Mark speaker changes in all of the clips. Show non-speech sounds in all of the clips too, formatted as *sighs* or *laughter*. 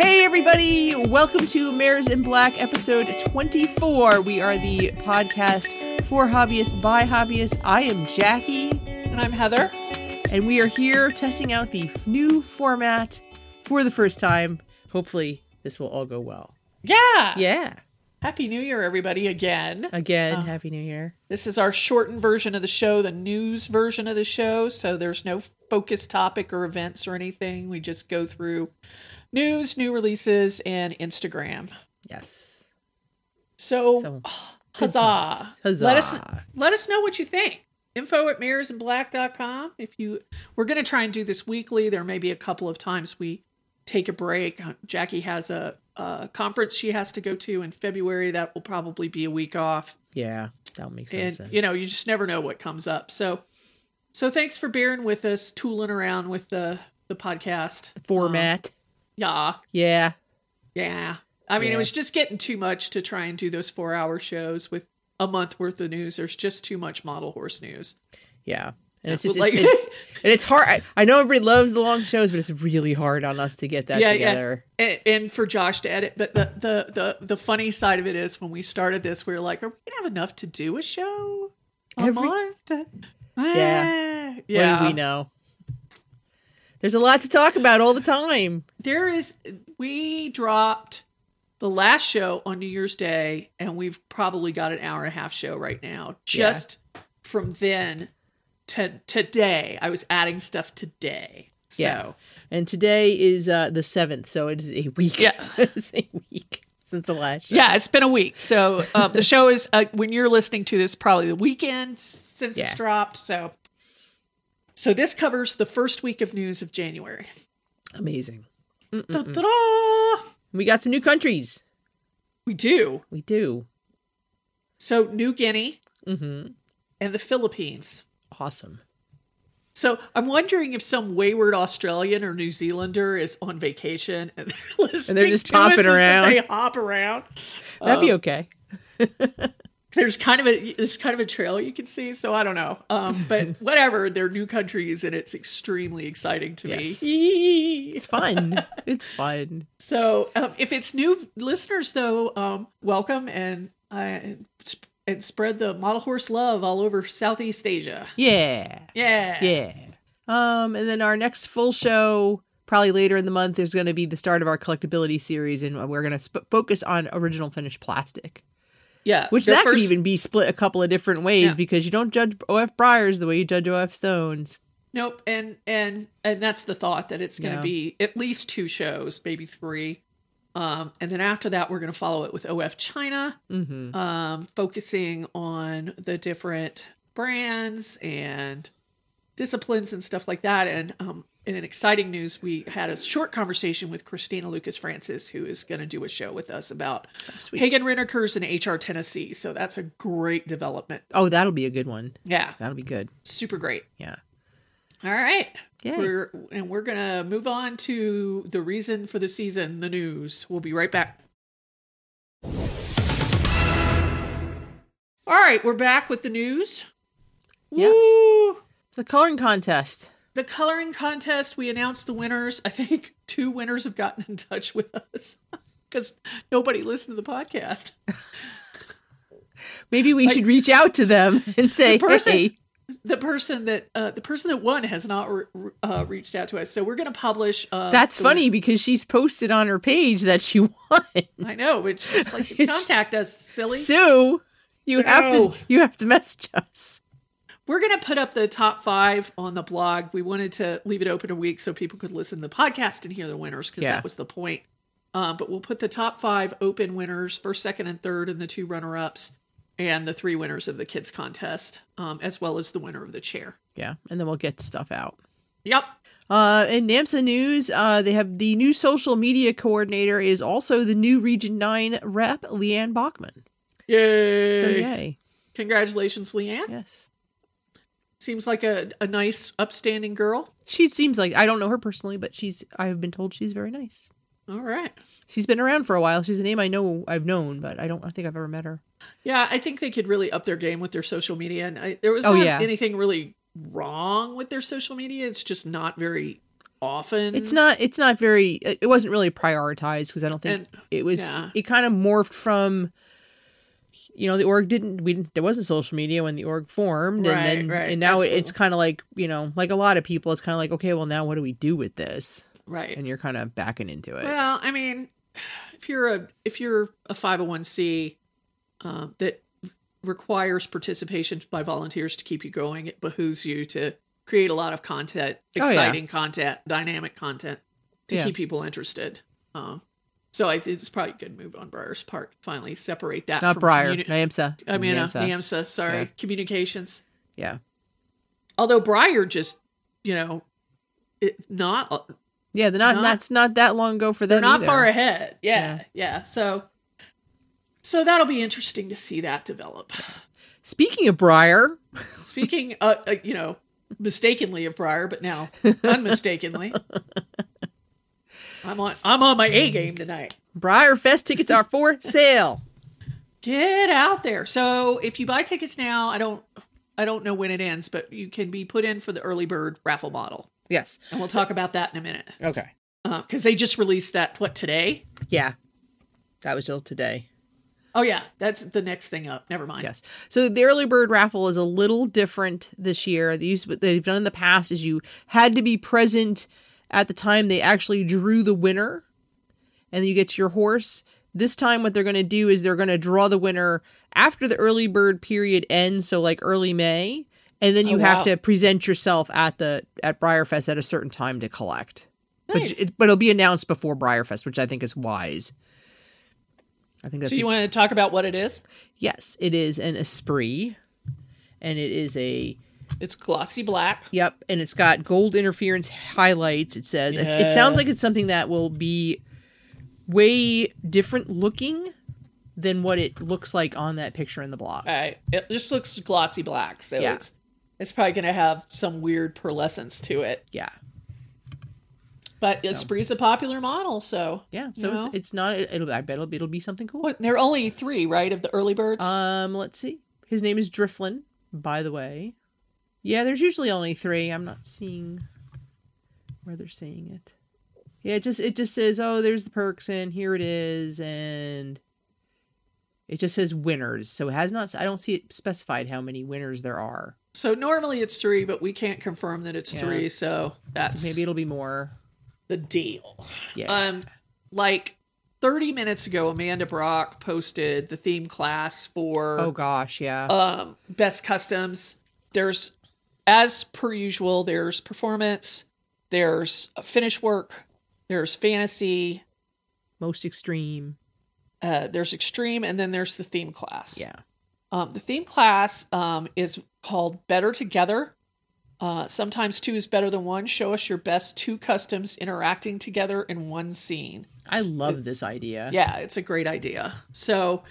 Speaker 1: everybody. Welcome to Mares in Black, episode 24. We are the podcast for hobbyists by hobbyists. I am Jackie,
Speaker 2: And I'm Heather.
Speaker 1: and we are here testing out the f- new format for the first time. Hopefully, this will all go well.
Speaker 2: Yeah.
Speaker 1: Yeah.
Speaker 2: Happy New Year, everybody, again.
Speaker 1: Again,
Speaker 2: Uh.
Speaker 1: Happy New Year.
Speaker 2: This is our shortened version of the show, the news version of the show. So there's no focus topic or events or anything. We just go through news, new releases, and Instagram.
Speaker 1: Yes.
Speaker 2: So,
Speaker 1: So,
Speaker 2: huzzah.
Speaker 1: times. Huzzah.
Speaker 2: Let us, let us know what you think. Info at mirrorsandblack.com. If you, we're going to try and do this weekly. There may be a couple of times we take a break. Jackie has a, a conference she has to go to in February. That will probably be a week off.
Speaker 1: Yeah. That makes
Speaker 2: and
Speaker 1: sense.
Speaker 2: you know you just never know what comes up so so thanks for bearing with us tooling around with the the podcast Um,
Speaker 1: format.
Speaker 2: uh-huh. yeah
Speaker 1: yeah.
Speaker 2: yeah i mean
Speaker 1: Yeah.
Speaker 2: it was just getting too much to try and do those four hour shows with a month worth of news there's just too much model horse news
Speaker 1: Yeah. And it's just
Speaker 2: like
Speaker 1: it- it- and it's hard. I, I know everybody loves the long shows, but it's really hard on us to get that
Speaker 2: yeah
Speaker 1: together.
Speaker 2: yeah and, and for josh to edit but the, the the the funny side of it is when we started this we were like are we gonna have enough to do a show a
Speaker 1: Every-
Speaker 2: month Eh,
Speaker 1: Yeah.
Speaker 2: yeah
Speaker 1: What do we know? There's a lot to talk about all the time.
Speaker 2: there is we dropped the last show on new year's day and we've probably got an hour and a half show right now just from then to today i was adding stuff today so
Speaker 1: Yeah. And today is uh, the seventh, so it is a week. *laughs*
Speaker 2: Yeah.
Speaker 1: it's a week since the last. Show.
Speaker 2: yeah, it's been a week. So um, the show is uh, when you're listening to this, probably the weekend since
Speaker 1: Yeah.
Speaker 2: it's dropped. So, so this covers the first week of news of January.
Speaker 1: Amazing.
Speaker 2: Da-da-da!
Speaker 1: We got some new countries.
Speaker 2: We do.
Speaker 1: We do.
Speaker 2: So New Guinea
Speaker 1: hmm
Speaker 2: and the Philippines.
Speaker 1: Awesome.
Speaker 2: So I'm wondering if some wayward Australian or New Zealander is on vacation and they're *laughs* listening
Speaker 1: they're just
Speaker 2: to us
Speaker 1: popping
Speaker 2: as
Speaker 1: around.
Speaker 2: They hop around.
Speaker 1: That'd
Speaker 2: Oh,
Speaker 1: be okay.
Speaker 2: There's kind of a there's kind of a trail you can see. So I don't know, um,
Speaker 1: *laughs*
Speaker 2: but whatever. They're new countries and it's extremely exciting to
Speaker 1: Yes.
Speaker 2: me.
Speaker 1: It's
Speaker 2: *laughs*
Speaker 1: fun. it's fun.
Speaker 2: So um, if it's new listeners though, um, welcome and uh, sp- and spread the model horse love all over Southeast Asia.
Speaker 1: Yeah.
Speaker 2: Yeah,
Speaker 1: Yeah. Um, and then our next full show, probably later in the month, is going to be the start of our collectability series, and we're going to sp- focus on original finished plastic,
Speaker 2: yeah.
Speaker 1: which
Speaker 2: The
Speaker 1: that could
Speaker 2: first-
Speaker 1: even be split a couple of different ways
Speaker 2: Yeah.
Speaker 1: because you don't judge OF Briars the way you judge OF Stones.
Speaker 2: Nope, and and and that's the thought that it's going to
Speaker 1: Yeah.
Speaker 2: be at least two shows, maybe three, um, and then after that we're going to follow it with OF China,
Speaker 1: Mm-hmm.
Speaker 2: um, focusing on the different brands and disciplines and stuff like that. And um, and in exciting news, we had a short conversation with Christina Lucas Francis, who is going to do a show with us about
Speaker 1: Oh, sweet.
Speaker 2: Hagen Rinnekers and HR Tennessee. So that's a great development.
Speaker 1: Oh, that'll be a good one.
Speaker 2: Yeah,
Speaker 1: That'll be good.
Speaker 2: super great.
Speaker 1: Yeah.
Speaker 2: All right.
Speaker 1: Yay.
Speaker 2: We're and we're gonna move on to the reason for the season, the news. We'll be right back. All right, we're back with the news.
Speaker 1: Yes.
Speaker 2: Woo!
Speaker 1: The coloring contest.
Speaker 2: The coloring contest, we announced the winners. I think *laughs* two winners have gotten in touch with us *laughs* because nobody listened to the podcast.
Speaker 1: Maybe we should reach out to them *laughs* and say,
Speaker 2: The person-
Speaker 1: hey,
Speaker 2: The person that uh, the person that won has not re- re- uh, reached out to us, so we're going to publish. Uh,
Speaker 1: that's
Speaker 2: the-
Speaker 1: funny because she's posted on her page that she *laughs* won.
Speaker 2: I know, which is
Speaker 1: *laughs*
Speaker 2: like contact us, silly.
Speaker 1: Sue, you have to
Speaker 2: Sue.
Speaker 1: you have to message us.
Speaker 2: We're going to put up the top five on the blog. We wanted to leave it open a week so people could listen to the podcast and hear the winners because
Speaker 1: Yeah.
Speaker 2: that was the point. Um, but we'll put the top five open winners, first, second, and third, and the two runner ups and the three winners of the kids contest, um, as well as the winner of the chair.
Speaker 1: Yeah, and then we'll get stuff out.
Speaker 2: Yep.
Speaker 1: Uh, in NAMSA news, uh, they have the new social media coordinator is also the new Region 9 rep, Leanne Bachman.
Speaker 2: Yay.
Speaker 1: So, yay.
Speaker 2: Congratulations, Leanne.
Speaker 1: Yes.
Speaker 2: Seems like a, a nice, upstanding girl.
Speaker 1: She seems like, I don't know her personally, but she's, I've been told she's very nice.
Speaker 2: All right.
Speaker 1: She's been around for a while. She's a name I know I've known, but I don't I think I've ever met her.
Speaker 2: Yeah, I think they could really up their game with their social media. And I, there was
Speaker 1: Oh,
Speaker 2: not
Speaker 1: yeah.
Speaker 2: anything really wrong with their social media. It's just not very often.
Speaker 1: It's not. It's not very. It it wasn't really prioritized because I don't think
Speaker 2: And-
Speaker 1: it was.
Speaker 2: yeah.
Speaker 1: It kind of morphed from. You know, the org didn't. We didn't, there wasn't social media when the org formed,
Speaker 2: Right,
Speaker 1: and then
Speaker 2: right,
Speaker 1: and now it- it's
Speaker 2: absolutely.
Speaker 1: kind of like you know, like a lot of people, it's kind of like okay, well now what do we do with this?
Speaker 2: right.
Speaker 1: And you're kind of backing into it.
Speaker 2: Well, I mean, if you're a if you're a five hundred one c um, that requires participation by volunteers to keep you going, it behooves you to create a lot of content,
Speaker 1: Oh, yeah.
Speaker 2: exciting content, dynamic content to
Speaker 1: Yeah.
Speaker 2: keep people interested. Um, so I think it's probably a good move on Breyer's part. Finally, separate that
Speaker 1: not
Speaker 2: from
Speaker 1: Briar,
Speaker 2: communi-
Speaker 1: Naimsa.
Speaker 2: I mean, uh,
Speaker 1: Naimsa.
Speaker 2: NAMSA, sorry,
Speaker 1: Yeah.
Speaker 2: communications.
Speaker 1: yeah,
Speaker 2: Although Breyer just, you know, it, not
Speaker 1: yeah. They're not,
Speaker 2: Not-
Speaker 1: That's not that long ago for them.
Speaker 2: they're not
Speaker 1: either.
Speaker 2: far ahead. Yeah, yeah, So, so that'll be interesting to see
Speaker 1: *laughs*
Speaker 2: that develop.
Speaker 1: Speaking of Briar,
Speaker 2: Speaking, uh, uh, you know, mistakenly of Briar,
Speaker 1: *laughs*
Speaker 2: but now unmistakenly, I'm on. I'm on my A game tonight.
Speaker 1: Briar Fest tickets are for sale.
Speaker 2: Get out there. So if you buy tickets now, I don't. I don't know when it ends, but you can be put in for the early bird raffle model,
Speaker 1: Yes.
Speaker 2: and we'll talk about that in a minute
Speaker 1: Okay.
Speaker 2: because they just released that what today.
Speaker 1: Yeah, that was still today.
Speaker 2: Oh yeah, that's the next thing up. Never mind.
Speaker 1: Yes. So the early bird raffle is a little different this year. They used what they've done in the past is you had to be present at the time they actually drew the winner, and then you get your horse. This time, what they're going to do is they're going to draw the winner after the early bird period ends, so like early May, and then you
Speaker 2: Oh,
Speaker 1: have
Speaker 2: wow.
Speaker 1: to present yourself at the at Briarfest at a certain time to collect.
Speaker 2: Nice.
Speaker 1: But it, but it'll be announced before Briarfest, which I think is wise. I think that's
Speaker 2: So
Speaker 1: a
Speaker 2: you want to talk about what it is?
Speaker 1: Yes, it is an Esprit. And it is a
Speaker 2: It's glossy black.
Speaker 1: yep, and it's got gold interference highlights. It says it, it sounds
Speaker 2: Yeah.
Speaker 1: like it's something that will be way different looking than what it looks like on that picture in the blog.
Speaker 2: I, it just looks glossy black, so
Speaker 1: Yeah.
Speaker 2: it's it's probably going to have some weird pearlescence to it.
Speaker 1: Yeah,
Speaker 2: But Esprit's a popular model, so
Speaker 1: yeah. So
Speaker 2: you
Speaker 1: it's
Speaker 2: know.
Speaker 1: it's not. It'll I bet it'll be, it'll be something cool.
Speaker 2: What- there are only three, right, of the early birds.
Speaker 1: Um, let's see. His name is Driflin, by the way. Yeah, there's usually only three. I'm not seeing where they're saying it. Yeah, it just it just says, oh, there's the perks and here it is, and it just says winners. So it has not. I don't see it specified how many winners there are.
Speaker 2: so normally it's three, but we can't confirm that it's
Speaker 1: Yeah.
Speaker 2: three, so that's
Speaker 1: So maybe it'll be more.
Speaker 2: the deal.
Speaker 1: Yeah.
Speaker 2: Um, like thirty minutes ago, Amanda Brock posted the theme class for
Speaker 1: oh gosh, yeah.
Speaker 2: um, best customs. There's, as per usual, there's performance, there's finish work, there's fantasy,
Speaker 1: Most extreme.
Speaker 2: uh, there's extreme, and then there's the theme class.
Speaker 1: Yeah.
Speaker 2: Um, the theme class um, is called Better Together. Uh, sometimes two is better than one. Show us your best two customs interacting together in one scene.
Speaker 1: I love this idea.
Speaker 2: yeah it's a great idea so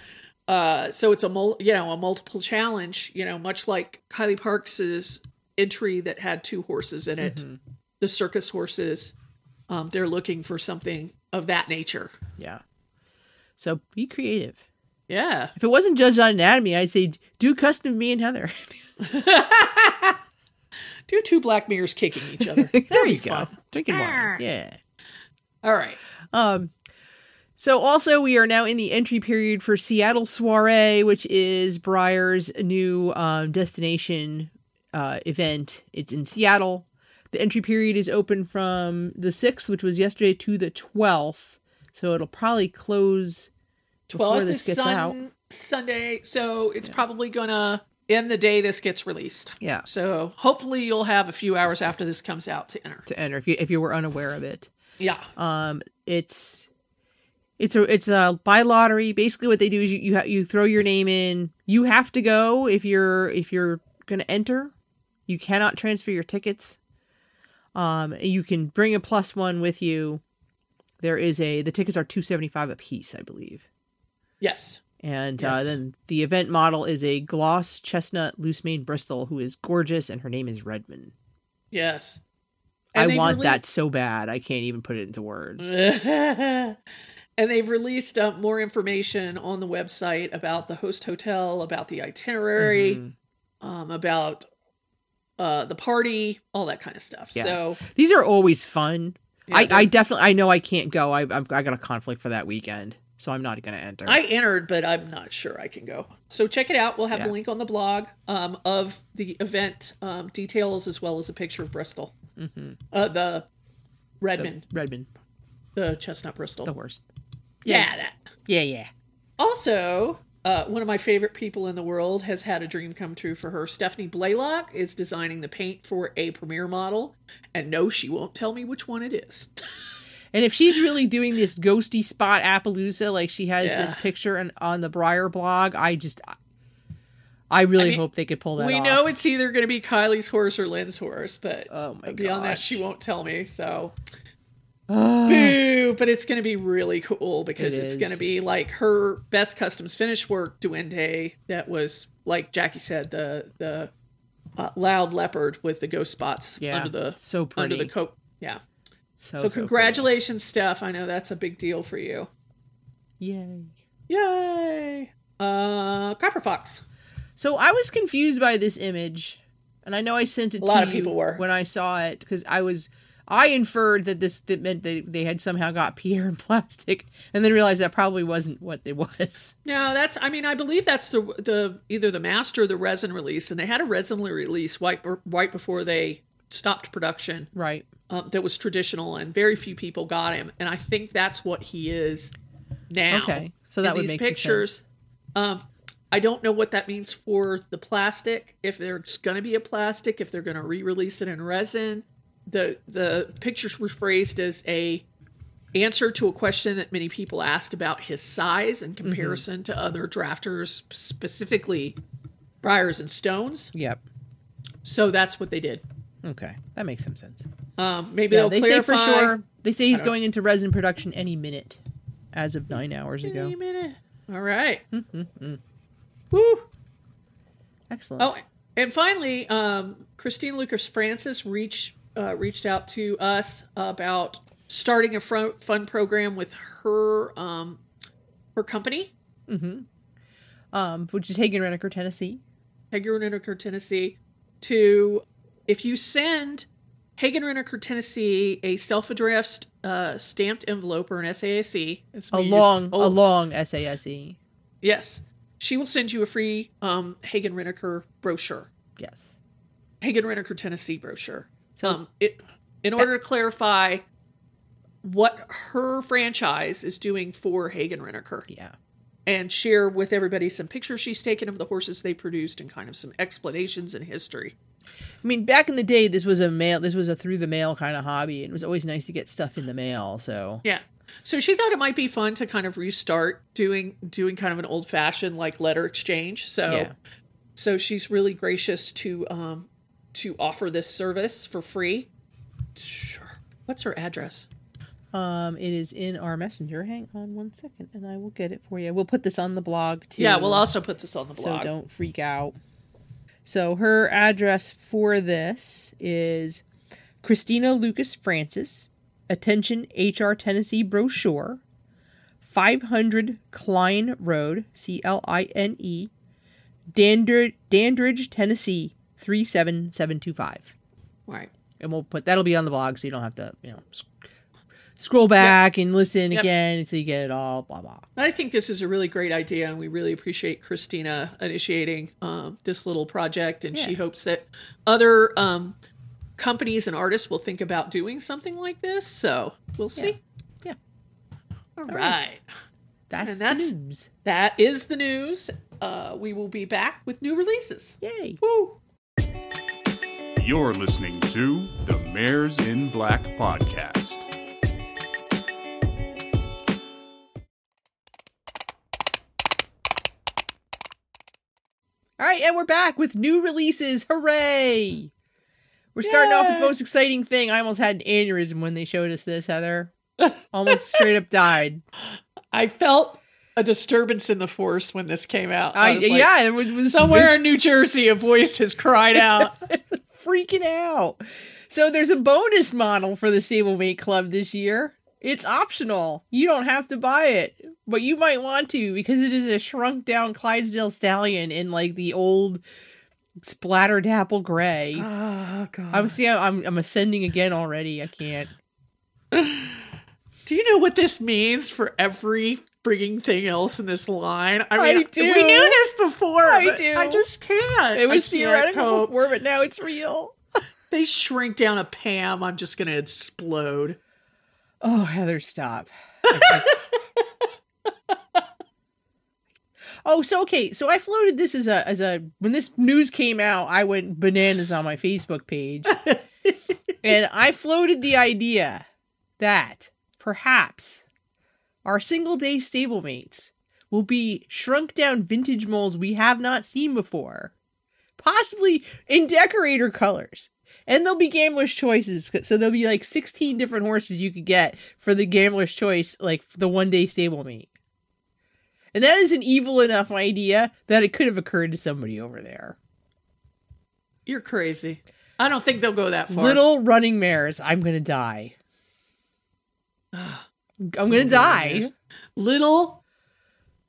Speaker 2: uh so it's a mul- you know a multiple challenge you know much like kylie parks's entry that had two horses in it
Speaker 1: Mm-hmm.
Speaker 2: the circus horses um they're looking for something of that nature
Speaker 1: Yeah. So be creative.
Speaker 2: yeah
Speaker 1: If it wasn't judged on anatomy, I'd say do custom me and Heather.
Speaker 2: do two black mirrors kicking
Speaker 1: *laughs*
Speaker 2: each other
Speaker 1: there
Speaker 2: That'd
Speaker 1: you
Speaker 2: be
Speaker 1: go.
Speaker 2: fun.
Speaker 1: Drinking water.
Speaker 2: Arr.
Speaker 1: Yeah.
Speaker 2: all right
Speaker 1: Um, so also we are now in the entry period for Seattle Soiree, which is Briar's new um, destination uh, event. It's in Seattle. The entry period is open from the 6th, which was yesterday, to the 12th. So it'll probably close before
Speaker 2: 12th
Speaker 1: this
Speaker 2: is
Speaker 1: gets
Speaker 2: sun-
Speaker 1: out.
Speaker 2: sunday so it's probably gonna end the day this gets released
Speaker 1: Yeah.
Speaker 2: so hopefully you'll have a few hours after this comes out to enter
Speaker 1: To enter if you if you were unaware of it.
Speaker 2: yeah
Speaker 1: Um, it's it's a it's a by lottery. Basically, what they do is you you, ha- you throw your name in. You have to go if you're if you're going to enter. You cannot transfer your tickets. Um, you can bring a plus one with you. There is a the tickets are two seventy five a piece, I believe.
Speaker 2: yes
Speaker 1: And uh,
Speaker 2: Yes.
Speaker 1: then the event model is a gloss chestnut loose mane Bristol, who is gorgeous, and her name is Redmond.
Speaker 2: Yes.
Speaker 1: I
Speaker 2: they've
Speaker 1: want
Speaker 2: rele-
Speaker 1: that so bad. I can't even put it into words.
Speaker 2: *laughs* and they've released uh, more information on the
Speaker 1: Mm-hmm.
Speaker 2: website about the host hotel, about the itinerary, um, about uh, the party, all that kind of stuff.
Speaker 1: Yeah.
Speaker 2: So
Speaker 1: These are always fun.
Speaker 2: Yeah,
Speaker 1: I,
Speaker 2: they're-
Speaker 1: I definitely I know I can't go. I I've, I got a conflict for that weekend, so I'm not going to enter.
Speaker 2: I entered, but I'm not sure I can go. So check it out. We'll have
Speaker 1: Yeah.
Speaker 2: the link on the blog um, of the event um, details as well as a picture of Bristol,
Speaker 1: Mm-hmm.
Speaker 2: uh, the Redmond,
Speaker 1: Redmond,
Speaker 2: the, Chestnut Bristol.
Speaker 1: the worst.
Speaker 2: yeah, that.
Speaker 1: Yeah, yeah.
Speaker 2: Also, uh, one of my favorite people in the world has had a dream come true for her. Stephanie Blaylock is designing the paint for a premiere model, and no, she won't tell me which one it is.
Speaker 1: And if she's really doing this ghosty spot Appaloosa, like she has this
Speaker 2: Yeah.
Speaker 1: picture on, on the Briar blog, I just, I really
Speaker 2: mean,
Speaker 1: hope they could pull that
Speaker 2: we
Speaker 1: off.
Speaker 2: know it's either going to be Kylie's horse or Lynn's horse, but
Speaker 1: Oh my
Speaker 2: beyond that,
Speaker 1: gosh.
Speaker 2: she won't tell me. So
Speaker 1: Ugh.
Speaker 2: Boo! But it's going to be really cool because
Speaker 1: It
Speaker 2: it's
Speaker 1: is.
Speaker 2: going to be like her best customs finish work, Duende. That was like Jackie said, the the uh, loud leopard with the ghost spots
Speaker 1: Yeah,
Speaker 2: under the
Speaker 1: so
Speaker 2: under the
Speaker 1: pretty.
Speaker 2: coat. Yeah.
Speaker 1: so,
Speaker 2: So,
Speaker 1: so
Speaker 2: congratulations, Steph. I know that's a big deal for you.
Speaker 1: pretty. Yay.
Speaker 2: Yay! Uh, Copper Fox.
Speaker 1: So I was confused by this image, and I know I sent it to
Speaker 2: A lot of
Speaker 1: you
Speaker 2: people were.
Speaker 1: when I saw it because I was I inferred that this that meant they they had somehow got *laughs* Pierre in plastic, and then realized that probably wasn't what it was. *laughs*
Speaker 2: No, that's. I mean, I believe that's the the either the master or the resin release, and they had a resin release right right before they stopped production.
Speaker 1: Right.
Speaker 2: um, that was traditional, and very few people got him. And I think that's what he is now.
Speaker 1: Okay. So
Speaker 2: In
Speaker 1: that would
Speaker 2: these
Speaker 1: make some
Speaker 2: pictures. Um, I don't know what that means for the plastic. If there's going to be a plastic, if they're going to re-release it in resin, the the pictures were phrased as a answer to a question that many people asked about his size
Speaker 1: Mm-hmm.
Speaker 2: in comparison to other drafters, specifically Briars and Stones.
Speaker 1: Yep.
Speaker 2: So that's what they did.
Speaker 1: Okay. That makes some sense.
Speaker 2: Um, maybe
Speaker 1: Yeah,
Speaker 2: they'll
Speaker 1: they
Speaker 2: clarify.
Speaker 1: say for sure. They say he's
Speaker 2: don't know.
Speaker 1: going into resin production any minute, as of nine hours ago.
Speaker 2: Any minute. All right.
Speaker 1: *laughs*
Speaker 2: Woo.
Speaker 1: Excellent.
Speaker 2: Oh, and finally, um, Christine Lucas Francis reached uh, reached out to us about starting a fro- fun program with her um, her company,
Speaker 1: Um, which is Hagen Renneker, Tennessee.
Speaker 2: Hager and Reneker, Tennessee, to if you send Hagen Reneker, Tennessee, a self addressed uh, stamped envelope or an SAAC, it's
Speaker 1: A
Speaker 2: me just-
Speaker 1: long, a E.
Speaker 2: oh,
Speaker 1: long SASE.
Speaker 2: yes, she will send you a free um, Hagen Reneker brochure.
Speaker 1: Yes.
Speaker 2: Hagen Reneker, Tennessee brochure.
Speaker 1: So-
Speaker 2: um, it, in order to clarify what her franchise is doing for Hagen Reneker
Speaker 1: Yeah.
Speaker 2: and share with everybody some pictures she's taken of the horses they produced and kind of some explanations and history.
Speaker 1: I mean, back in the day, this was a mail. This was a through the mail kind of hobby. and It was always nice to get stuff in the mail. So
Speaker 2: Yeah. So she thought it might be fun to kind of restart doing doing kind of an old fashioned like letter exchange. So
Speaker 1: Yeah.
Speaker 2: so she's really gracious to um to offer this service for free. Sure. What's her address?
Speaker 1: um, it is in our messenger. Hang on one second, and I will get it for you. We'll put this on the blog too.
Speaker 2: Yeah, we'll also put this on the
Speaker 1: so
Speaker 2: blog.
Speaker 1: don't freak out. So her address for this is Christina Lucas Francis, Attention HR Tennessee Brochure, 500 Klein Road, C L I N E, Dandridge, Dandridge, Tennessee 37725.
Speaker 2: Right.
Speaker 1: And we'll put that'll be on the blog so you don't have to, you know, sc- scroll back and listen
Speaker 2: Yep.
Speaker 1: again until you get it all, blah, blah.
Speaker 2: I think this is a really great idea, and we really appreciate Christina initiating um, this little project. And she
Speaker 1: Yeah.
Speaker 2: hopes that other um, companies and artists will think about doing something like this. So we'll see.
Speaker 1: Yeah.
Speaker 2: All right.
Speaker 1: right. That's,
Speaker 2: that's-
Speaker 1: the news.
Speaker 2: That is the news. Uh, we will be back with new releases.
Speaker 1: Yay.
Speaker 2: Woo!
Speaker 3: You're listening to the Mares in Black podcast.
Speaker 1: All right, and we're back with new releases. Hooray! We're starting off with the
Speaker 2: Yay.
Speaker 1: most exciting thing. I almost had an aneurysm when they showed us this,
Speaker 2: *laughs*
Speaker 1: Heather. Almost straight up died.
Speaker 2: I felt a disturbance in the force when this came out.
Speaker 1: I,
Speaker 2: I was like,
Speaker 1: yeah, it was- was
Speaker 2: Somewhere in New Jersey, a voice has cried out.
Speaker 1: freaking out. So there's a bonus model for the stablemate club this year. It's optional. You don't have to buy it, but you might want to because it is a shrunk down Clydesdale stallion in like the old splattered apple gray.
Speaker 2: Oh god.
Speaker 1: I'm see, I'm I'm ascending again already. I can't.
Speaker 2: Do you know what this means for every frigging thing else in this line? I
Speaker 1: I
Speaker 2: mean,
Speaker 1: do.
Speaker 2: we knew this before.
Speaker 1: I
Speaker 2: but
Speaker 1: do.
Speaker 2: I just can't.
Speaker 1: It was
Speaker 2: I can't
Speaker 1: theoretical
Speaker 2: cope.
Speaker 1: before, but now it's real.
Speaker 2: They shrink down a Pam. I'm just gonna explode.
Speaker 1: Oh, Heather, stop. oh, so okay, so I floated this as a as a when this news came out, I went bananas on my Facebook page. and I floated the idea that perhaps our single day stablemates will be shrunk down vintage molds we have not seen before, possibly in decorator colors. And there'll be gambler's choices. So there'll be like 16 different horses you could get for the gambler's choice, like the one day stablemate. And that is an evil enough idea that it could have occurred to somebody over there.
Speaker 2: You're crazy. I don't think they'll go that far.
Speaker 1: Little running mares, I'm going to
Speaker 2: *sighs*
Speaker 1: die. I'm going to die.
Speaker 2: little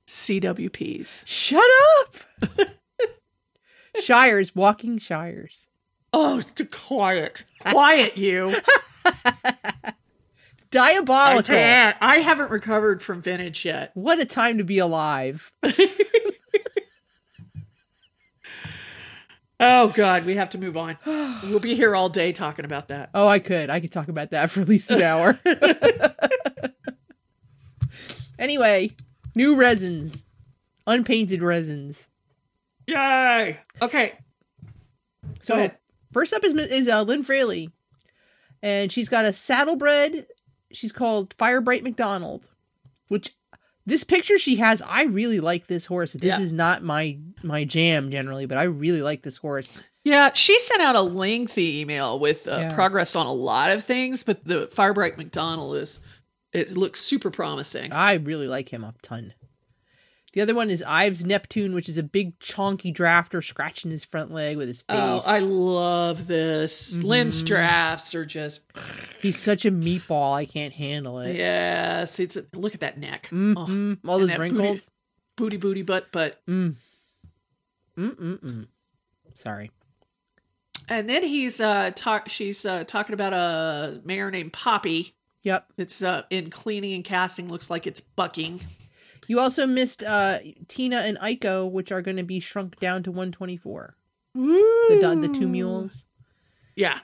Speaker 2: CWPs.
Speaker 1: Shut up.
Speaker 2: *laughs*
Speaker 1: shires, walking shires.
Speaker 2: Oh, it's too quiet.
Speaker 1: *laughs*
Speaker 2: Quiet you. I
Speaker 1: Diabolical.
Speaker 2: can't. I haven't recovered from vintage yet.
Speaker 1: What a time to be alive.
Speaker 2: Oh God, we have to move
Speaker 1: *sighs*
Speaker 2: on. We'll be here all day talking about that.
Speaker 1: Oh, I could. I could talk about that for at least an hour. *laughs* anyway, new resins, unpainted resins.
Speaker 2: Yay! Okay.
Speaker 1: So
Speaker 2: Go ahead.
Speaker 1: first up is is uh, Lynn Fraley, and she's got a saddlebred. She's called Firebright McDonald, which this picture she has, I really like this horse. This
Speaker 2: Yeah.
Speaker 1: is not my my jam generally, but I really like this horse.
Speaker 2: Yeah, she sent out a lengthy email with uh,
Speaker 1: Yeah.
Speaker 2: progress on a lot of things, but the Firebright McDonald is it looks super promising.
Speaker 1: I really like him a ton. The other one is Ives Neptune, which is a big chonky drafter scratching his front leg with his face.
Speaker 2: Oh, I love this.
Speaker 1: Mm-hmm.
Speaker 2: Lynn's drafts are just
Speaker 1: He's such a meatball. I can't handle it.
Speaker 2: yes. It's look at that neck, oh,
Speaker 1: Mm, all
Speaker 2: and
Speaker 1: those
Speaker 2: that
Speaker 1: wrinkles.
Speaker 2: booty, booty, butt, butt.
Speaker 1: Mm-hmm. Mm-mm-mm. Sorry.
Speaker 2: And then he's uh talk. She's uh talking about a mayor named Poppy.
Speaker 1: Yep.
Speaker 2: It's uh in cleaning and casting. Looks like it's bucking.
Speaker 1: You also missed uh, Tina and Iko, which are going to be shrunk down to 124. The do- the two mules.
Speaker 2: Yeah.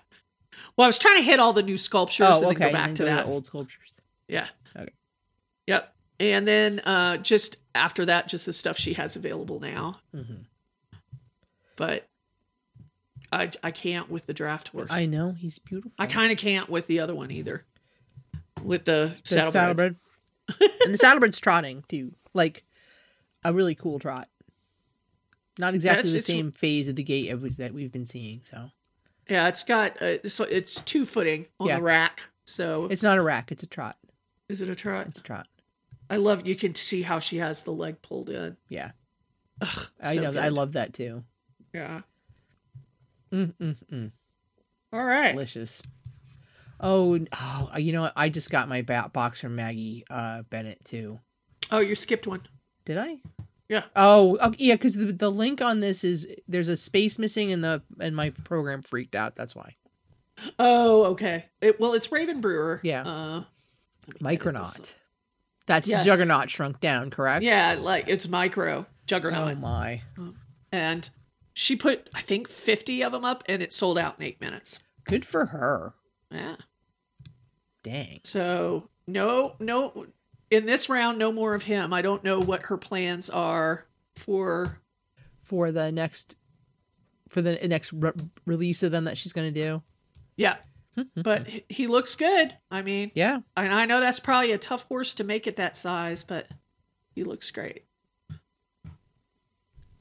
Speaker 2: Well, I was trying to hit all the new sculptures and
Speaker 1: Oh,
Speaker 2: then
Speaker 1: okay.
Speaker 2: go back
Speaker 1: and
Speaker 2: to
Speaker 1: go
Speaker 2: that.
Speaker 1: old sculptures.
Speaker 2: Yeah.
Speaker 1: Okay.
Speaker 2: Yep. And then uh just after that, just the stuff she has available now.
Speaker 1: Mhm.
Speaker 2: But I I can't with the draft horse.
Speaker 1: I
Speaker 2: I,
Speaker 1: know he's beautiful.
Speaker 2: kind of can't with the other one either. With the,
Speaker 1: The
Speaker 2: saddlebag.
Speaker 1: saddlebred. *laughs* and the saddlebred's trotting too, like a really cool trot. Not exactly
Speaker 2: it's-
Speaker 1: the
Speaker 2: it's-
Speaker 1: same phase of the gait of which- that we've been seeing. So
Speaker 2: Yeah, it's got uh, so it's two footing on
Speaker 1: Yeah.
Speaker 2: the rack. So
Speaker 1: it's not a rack; it's a trot.
Speaker 2: is it a trot?
Speaker 1: It's a trot.
Speaker 2: I love you can see how she has the leg pulled in.
Speaker 1: Yeah, I
Speaker 2: So
Speaker 1: know. I
Speaker 2: good.
Speaker 1: love that too.
Speaker 2: Yeah.
Speaker 1: Mm, mm, mm.
Speaker 2: All right.
Speaker 1: delicious. Oh, n- oh, you know what? I just got my ba- box from Maggie uh, Bennett too.
Speaker 2: Oh, you skipped one.
Speaker 1: Did I?
Speaker 2: Yeah.
Speaker 1: Oh, okay, yeah. Because the, the link on this is there's a space missing, and the and my program freaked out. That's why.
Speaker 2: Oh, okay. It, well, it's Raven Brewer.
Speaker 1: Yeah.
Speaker 2: Uh, let me edit this.
Speaker 1: Micronaut. That's
Speaker 2: Yes.
Speaker 1: the juggernaut shrunk down, correct?
Speaker 2: Yeah, like it's micro
Speaker 1: Oh
Speaker 2: juggernaut,
Speaker 1: my!
Speaker 2: and she put I think fifty of them up, and it sold out in eight minutes.
Speaker 1: Good for her.
Speaker 2: Yeah.
Speaker 1: Dang.
Speaker 2: So no, no. In this round, no more of him. I don't know what her plans are for.
Speaker 1: For the next, for the next re- release of them that she's gonna do. *laughs*
Speaker 2: Yeah. But he- he looks good. I mean,
Speaker 1: Yeah.
Speaker 2: and I know that's probably a tough horse to make at that size, but he looks great.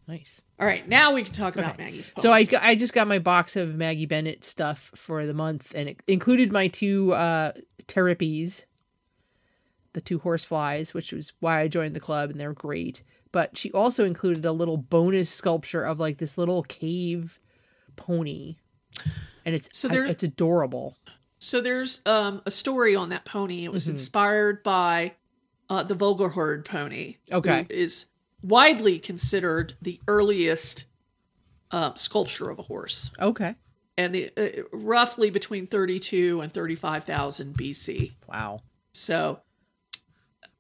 Speaker 1: Nice.
Speaker 2: All right, now we can talk about
Speaker 1: Okay.
Speaker 2: Maggie's.
Speaker 1: So I, I just got my box of Maggie Bennett stuff for the month, and it included my two uh, terrapies, the two horseflies, which was why I joined the club, and they're great. But she also included a little bonus sculpture of like this little cave pony, and it's
Speaker 2: So
Speaker 1: I-
Speaker 2: there-
Speaker 1: it's adorable.
Speaker 2: So there's um, a story on that pony. It was inspired by uh, the Vulgar Horde pony.
Speaker 1: Okay.
Speaker 2: who is widely considered the earliest uh, sculpture of a horse,
Speaker 1: Okay.
Speaker 2: and the, uh, roughly between thirty-two and thirty-five thousand BC.
Speaker 1: Wow.
Speaker 2: So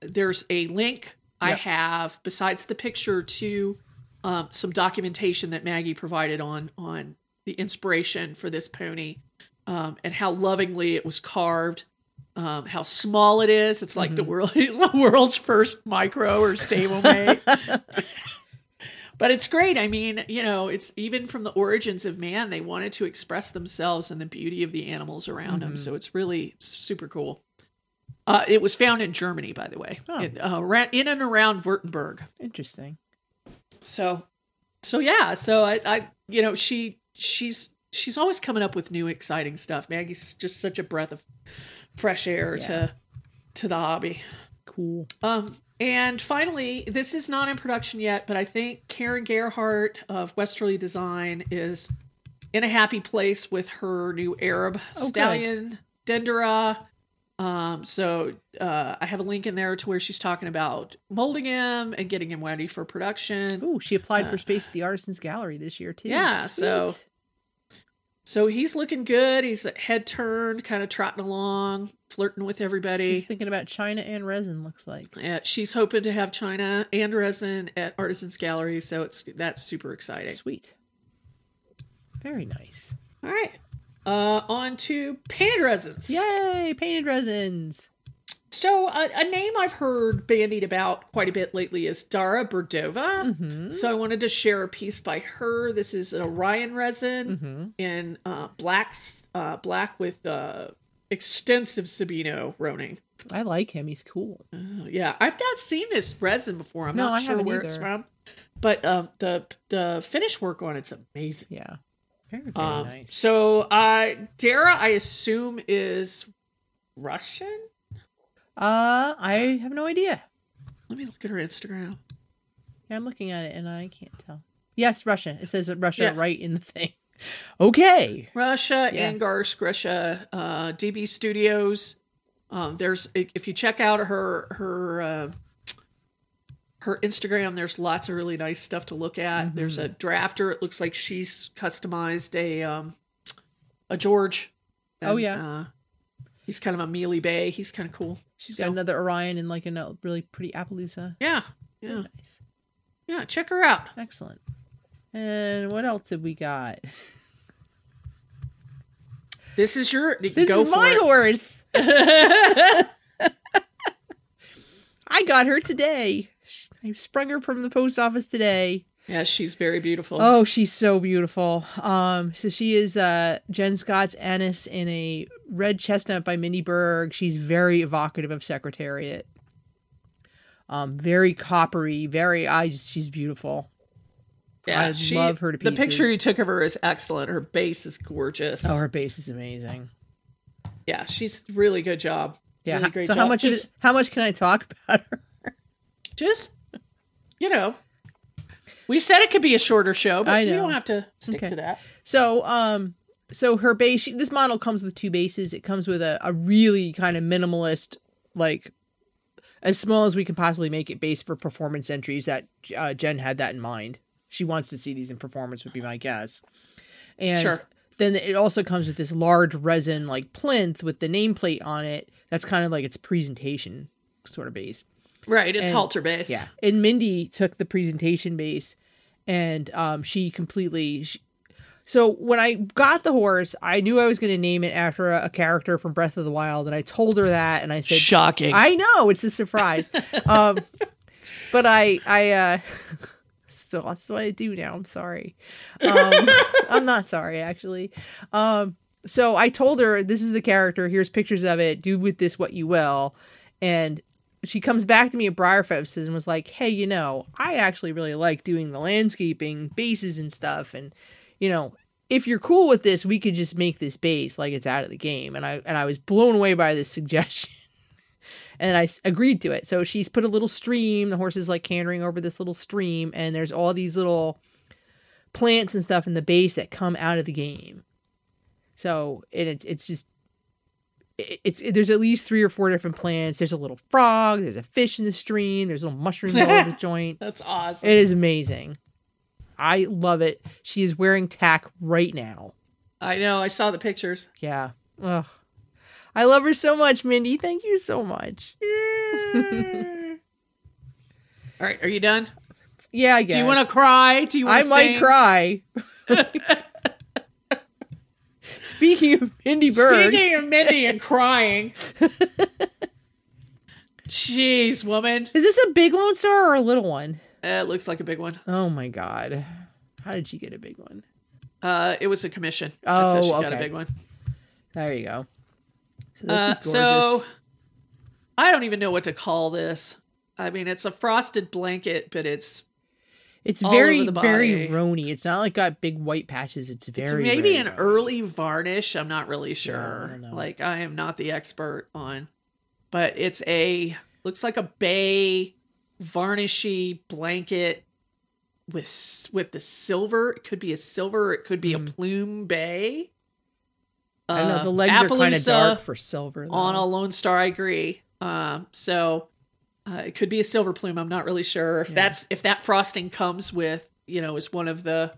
Speaker 2: there's a link I
Speaker 1: Yep.
Speaker 2: have besides the picture to um, some documentation that Maggie provided on on the inspiration for this pony um, and how lovingly it was carved. Um, how small it is! It's like the world, *laughs* it's the world's first micro or stablemate. but it's great. I mean, you know, it's even from the origins of man, they wanted to express themselves and the beauty of the animals around them. So it's really super cool. Uh, it was found in Germany, by the way,
Speaker 1: Oh.
Speaker 2: in, uh, ra- in and around Württemberg.
Speaker 1: Interesting.
Speaker 2: So, so yeah. So I, I, you know, she, she's, she's always coming up with new exciting stuff. Maggie's just such a breath of fresh air to, to the hobby.
Speaker 1: Cool.
Speaker 2: Um, and finally, this is not in production yet, but I think Karen Gerhart of Westerly Design is in a happy place with her new Arab
Speaker 1: Oh, good.
Speaker 2: stallion, Dendera. Um, so uh, I have a link in there to where she's talking about molding him and getting him ready for production.
Speaker 1: Ooh, she applied for space at the Artisans Gallery this year too.
Speaker 2: Uh. Yeah, so-
Speaker 1: Sweet.
Speaker 2: So he's looking good. He's head turned, kind of trotting along, flirting with everybody.
Speaker 1: she's thinking about China and resin. Looks like.
Speaker 2: Uh, she's hoping to have China and resin at Artisans Gallery, so it's that's super exciting.
Speaker 1: Sweet. Very nice.
Speaker 2: All right. Uh, on to painted resins.
Speaker 1: Yay! Painted resins.
Speaker 2: So a, a name I've heard bandied about quite a bit lately is Dara Berdova.
Speaker 1: Mm-hmm.
Speaker 2: So I wanted to share a piece by her. This is an Orion resin
Speaker 1: Mm-hmm.
Speaker 2: in uh, blacks, uh, black with uh, extensive Sabino Roning.
Speaker 1: I like him. He's cool.
Speaker 2: Yeah, I've not seen this resin before. I'm
Speaker 1: No,
Speaker 2: not
Speaker 1: I
Speaker 2: sure
Speaker 1: haven't
Speaker 2: where it's
Speaker 1: either.
Speaker 2: from, but um, the the finish work on it's amazing.
Speaker 1: Yeah. Very, very
Speaker 2: Um,
Speaker 1: nice.
Speaker 2: So, uh, Dara, I assume, is Russian.
Speaker 1: Uh, I have no idea.
Speaker 2: Let me look at her Instagram.
Speaker 1: Yeah, I'm looking at it and I can't tell. Yes, Russia. It says Russia
Speaker 2: Yeah.
Speaker 1: right in the thing. *laughs* Okay.
Speaker 2: Russia,
Speaker 1: Yeah.
Speaker 2: Angarsk, Russia, uh, DB Studios. Um, there's if you check out her her uh, her Instagram, there's lots of really nice stuff to look at.
Speaker 1: Mm-hmm.
Speaker 2: There's a drafter. It looks like she's customized a um, a George.
Speaker 1: Oh, yeah.
Speaker 2: uh, he's kind of a mealy bay. He's kind of cool.
Speaker 1: She's
Speaker 2: So-
Speaker 1: got another Orion and like a really pretty Appaloosa.
Speaker 2: Yeah, yeah,
Speaker 1: Nice.
Speaker 2: yeah. Check her out.
Speaker 1: Excellent. And what else have we got?
Speaker 2: This is your
Speaker 1: This
Speaker 2: go
Speaker 1: is
Speaker 2: for
Speaker 1: my *laughs*
Speaker 2: it.
Speaker 1: horse. I got her today. Sh- I sprung her from the post office today.
Speaker 2: Yeah, she's very beautiful.
Speaker 1: Oh, she's so beautiful. Um, so she is uh, Jen Scott's Ennis in a red chestnut by Minnie Berg. She's very evocative of Secretariat. Um, very coppery. Very. I. just- She's beautiful.
Speaker 2: yeah,
Speaker 1: I love her to
Speaker 2: The picture
Speaker 1: pieces.
Speaker 2: you took of her is excellent. Her base is gorgeous.
Speaker 1: Oh, her base is amazing.
Speaker 2: Yeah, she's really good job.
Speaker 1: Yeah.
Speaker 2: Really great
Speaker 1: so
Speaker 2: job.
Speaker 1: how much
Speaker 2: just,
Speaker 1: is how much can I talk *laughs* about her?
Speaker 2: just you know. We said it could be a shorter show, but
Speaker 1: I
Speaker 2: we
Speaker 1: know.
Speaker 2: don't have to stick
Speaker 1: Okay.
Speaker 2: to that.
Speaker 1: So, um, so her base, she, this model comes with two bases. It comes with a, a really kind of minimalist, like as small as we can possibly make it base for performance entries that uh, Jen had that in mind. She wants to see these in performance would be my guess. And
Speaker 2: Sure.
Speaker 1: then it also comes with this large resin like plinth with the nameplate on it. That's kind of like its presentation sort of base.
Speaker 2: Right, it's
Speaker 1: And-
Speaker 2: halter base.
Speaker 1: Yeah. And Mindy took the presentation base and um, she completely. She, so when I got the horse, I knew I was going to name it after a, a character from Breath of the Wild. And I told her that. And I said,
Speaker 2: Shocking.
Speaker 1: I know it's a surprise. um, but I, I, uh, so that's what I do now. I'm sorry. Um, I'm not sorry actually. Um, so I told her this is the character. Here's pictures of it. Do with this what you will. And she comes back to me at Briarfest and was like, "Hey, you know, I actually really like doing the landscaping, bases and stuff, and you know." If you're cool with this, we could just make this base like it's out of the game, and I and I was blown away by this *laughs* suggestion and I s- agreed to it. So she's put a little stream. The horse is like cantering over this little stream, and there's all these little plants and stuff in the base that come out of the game. So and it's it's just it- it's it- there's at least three or four different plants. There's a little frog.
Speaker 2: *laughs*
Speaker 1: There's a fish in the stream. There's little mushrooms all over the joint.
Speaker 2: That's awesome.
Speaker 1: It is amazing. I love it. She is wearing tack right now.
Speaker 2: I know. I saw the pictures.
Speaker 1: Yeah. Ugh. I love her so much, Mindy. Thank you so much.
Speaker 2: All right, are you done?
Speaker 1: Yeah, I guess.
Speaker 2: Do you want to cry? Do you want
Speaker 1: I
Speaker 2: to
Speaker 1: might cry. Speaking of Mindy Berg,
Speaker 2: Speaking of Mindy
Speaker 1: *laughs*
Speaker 2: and crying. Jeez, woman.
Speaker 1: is this a big Lone Star or a little one?
Speaker 2: Uh, it looks like a big one.
Speaker 1: Oh my god. How did she get a big one?
Speaker 2: Uh, it was a commission. That's how
Speaker 1: Oh,
Speaker 2: she got a
Speaker 1: okay.
Speaker 2: big one.
Speaker 1: There you go. So this
Speaker 2: Uh,
Speaker 1: is gorgeous.
Speaker 2: So I don't even know what to call this. I mean, it's a frosted blanket, but it's
Speaker 1: it's
Speaker 2: all
Speaker 1: very,
Speaker 2: over the body.
Speaker 1: very rony. It's not like got big white patches. It's very
Speaker 2: it's maybe
Speaker 1: very
Speaker 2: an
Speaker 1: rony.
Speaker 2: early varnish. I'm not really sure.
Speaker 1: don't know.
Speaker 2: Like I am not the expert on, but it's a looks like a bay varnishy blanket with s- with the silver. It could be a silver. It could be a plume bay.
Speaker 1: Hmm. I don't know.
Speaker 2: Uh,
Speaker 1: The legs are kind of
Speaker 2: Appaloosa
Speaker 1: dark for silver. though.
Speaker 2: on a Lone Star. I agree. Um, so uh, it could be a silver plume. I'm not really sure if that's if that frosting comes with you know is one of the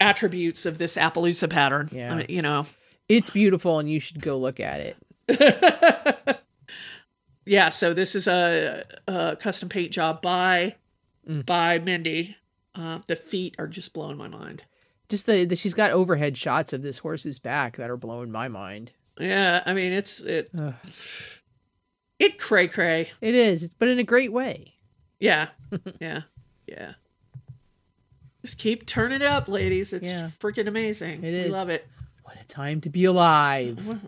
Speaker 2: attributes of this Appaloosa pattern.
Speaker 1: Yeah.
Speaker 2: I mean, you know.
Speaker 1: it's beautiful, and you should go look at it.
Speaker 2: Yeah. So this is a, a custom paint job by by Mindy. Uh, the feet are just blowing my mind.
Speaker 1: Just the, the she's got overhead shots of this horse's back that are blowing my mind.
Speaker 2: Yeah, I mean it's it it cray cray.
Speaker 1: It is, but in a great way.
Speaker 2: Yeah. yeah. Yeah. Just keep turning it up, ladies. It's
Speaker 1: Yeah.
Speaker 2: freaking amazing.
Speaker 1: It
Speaker 2: We
Speaker 1: is.
Speaker 2: love it.
Speaker 1: What a time to be alive.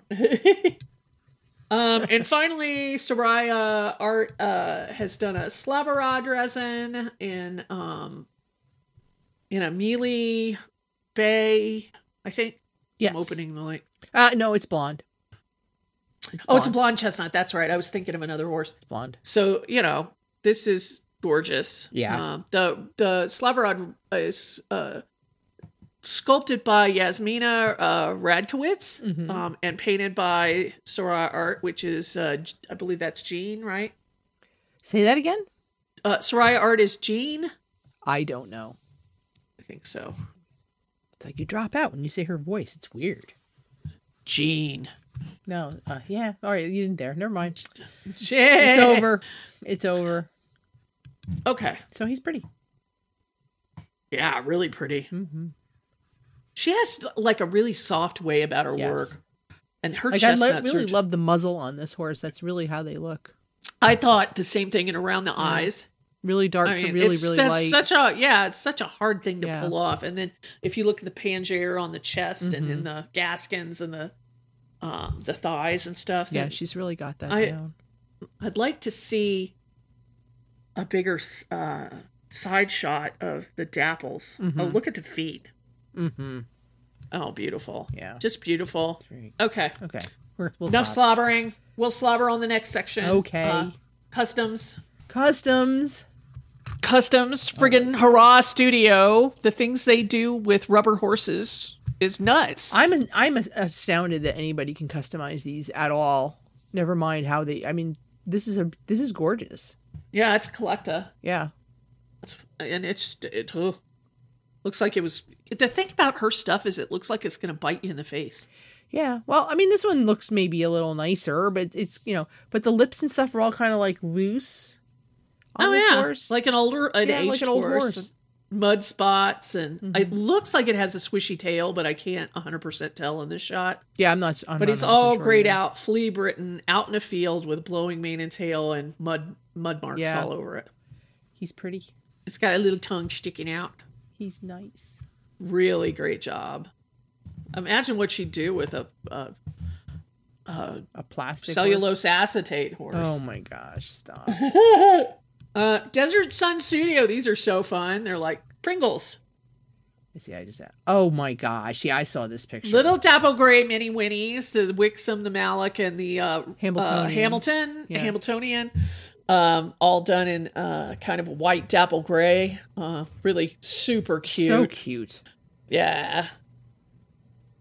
Speaker 2: Um, and finally, Soraya Art uh, has done a Slavarod resin in um, in a Mealy Bay, I think.
Speaker 1: *laughs* Yes.
Speaker 2: I'm opening the link.
Speaker 1: Uh, no, it's blonde.
Speaker 2: Oh, it's a blonde chestnut. That's right. I was thinking of another horse.
Speaker 1: Blonde.
Speaker 2: So you know, this is gorgeous.
Speaker 1: Yeah.
Speaker 2: Um, the the Slavarod is uh, sculpted by Yasmina uh, Radkowitz
Speaker 1: Mm-hmm.
Speaker 2: um, and painted by Soraya Art, which is uh, J- I believe that's Jean, right?
Speaker 1: Say that again?
Speaker 2: Uh, Soraya Art is Jean. I
Speaker 1: I don't know.
Speaker 2: think so.
Speaker 1: It's like you drop out when you say her voice. It's weird.
Speaker 2: Jean.
Speaker 1: No, uh, yeah. All right, you didn't there. Never mind.
Speaker 2: Jean. *laughs*
Speaker 1: It's over. It's over.
Speaker 2: Okay.
Speaker 1: So he's pretty.
Speaker 2: Yeah, really pretty.
Speaker 1: Mm-hmm.
Speaker 2: She has like a really soft way about her
Speaker 1: Yes.
Speaker 2: work, and her
Speaker 1: Like I lo-
Speaker 2: chestnuts.
Speaker 1: really
Speaker 2: are,
Speaker 1: love the muzzle on this horse. That's really how they look.
Speaker 2: I thought the same thing and around
Speaker 1: Mm-hmm.
Speaker 2: the eyes.
Speaker 1: Really dark
Speaker 2: I mean,
Speaker 1: to really,
Speaker 2: it's,
Speaker 1: really
Speaker 2: that's
Speaker 1: light.
Speaker 2: such a yeah, it's such a hard thing to
Speaker 1: Yeah.
Speaker 2: pull off. And then if you look at the Pangier on the chest and
Speaker 1: Mm-hmm.
Speaker 2: then the Gaskins and the uh, the thighs and stuff,
Speaker 1: yeah,
Speaker 2: then
Speaker 1: she's really got that
Speaker 2: I-
Speaker 1: down.
Speaker 2: I'd like to see a bigger s- uh, side shot of the dapples. Oh, look at the feet. Mm-hmm. Oh, beautiful.
Speaker 1: Yeah.
Speaker 2: just beautiful.
Speaker 1: very-
Speaker 2: Okay,
Speaker 1: Okay. We're, we'll
Speaker 2: enough
Speaker 1: stop.
Speaker 2: slobbering. We'll slobber on the next section.
Speaker 1: Okay.
Speaker 2: Uh, customs.
Speaker 1: Customs.
Speaker 2: Customs, friggin' hurrah studio. The things they do with rubber horses is nuts.
Speaker 1: I'm an, I'm as- astounded that anybody can customize these at all. Never mind how they. I mean, this is a this is gorgeous.
Speaker 2: yeah, it's Collecta.
Speaker 1: Yeah.
Speaker 2: It's, and it's it ugh. looks like it was. The thing about her stuff is it looks like it's gonna bite you in the face.
Speaker 1: Yeah. Well, I mean, this one looks maybe a little nicer, but it's you know, but the lips and stuff are all kind of like loose. On
Speaker 2: Oh,
Speaker 1: this horse.
Speaker 2: like an older, an
Speaker 1: Yeah, like
Speaker 2: aged
Speaker 1: an old
Speaker 2: horse.
Speaker 1: horse.
Speaker 2: Mud spots, and it looks like it has a swishy tail, but I can't 100 percent tell in this shot.
Speaker 1: yeah, I'm not. I'm
Speaker 2: But
Speaker 1: not
Speaker 2: he's
Speaker 1: 100%
Speaker 2: all
Speaker 1: sure
Speaker 2: grayed
Speaker 1: either.
Speaker 2: out, flea Britain, out in a field with blowing mane and tail and mud mud marks
Speaker 1: Yeah.
Speaker 2: all over it.
Speaker 1: He's pretty.
Speaker 2: It's got a little tongue sticking out.
Speaker 1: He's nice.
Speaker 2: Really great job. Imagine what she'd do with a, a
Speaker 1: A plastic
Speaker 2: cellulose acetate horse.
Speaker 1: horse. Oh my gosh! Stop. *laughs* Oh.
Speaker 2: Uh, Desert Sun Studio. These are so fun. They're like Pringles.
Speaker 1: I see. I just. Oh my gosh! Yeah, I saw this picture.
Speaker 2: Little Dapple Gray mini Winnies, the Wixom, the Malik, and the uh,
Speaker 1: Hamiltonian.
Speaker 2: uh, Hamilton,
Speaker 1: Yeah.
Speaker 2: Hamiltonian, um, all done in uh, kind of a white Dapple Gray. Uh, really super cute.
Speaker 1: So cute. Mm.
Speaker 2: Yeah.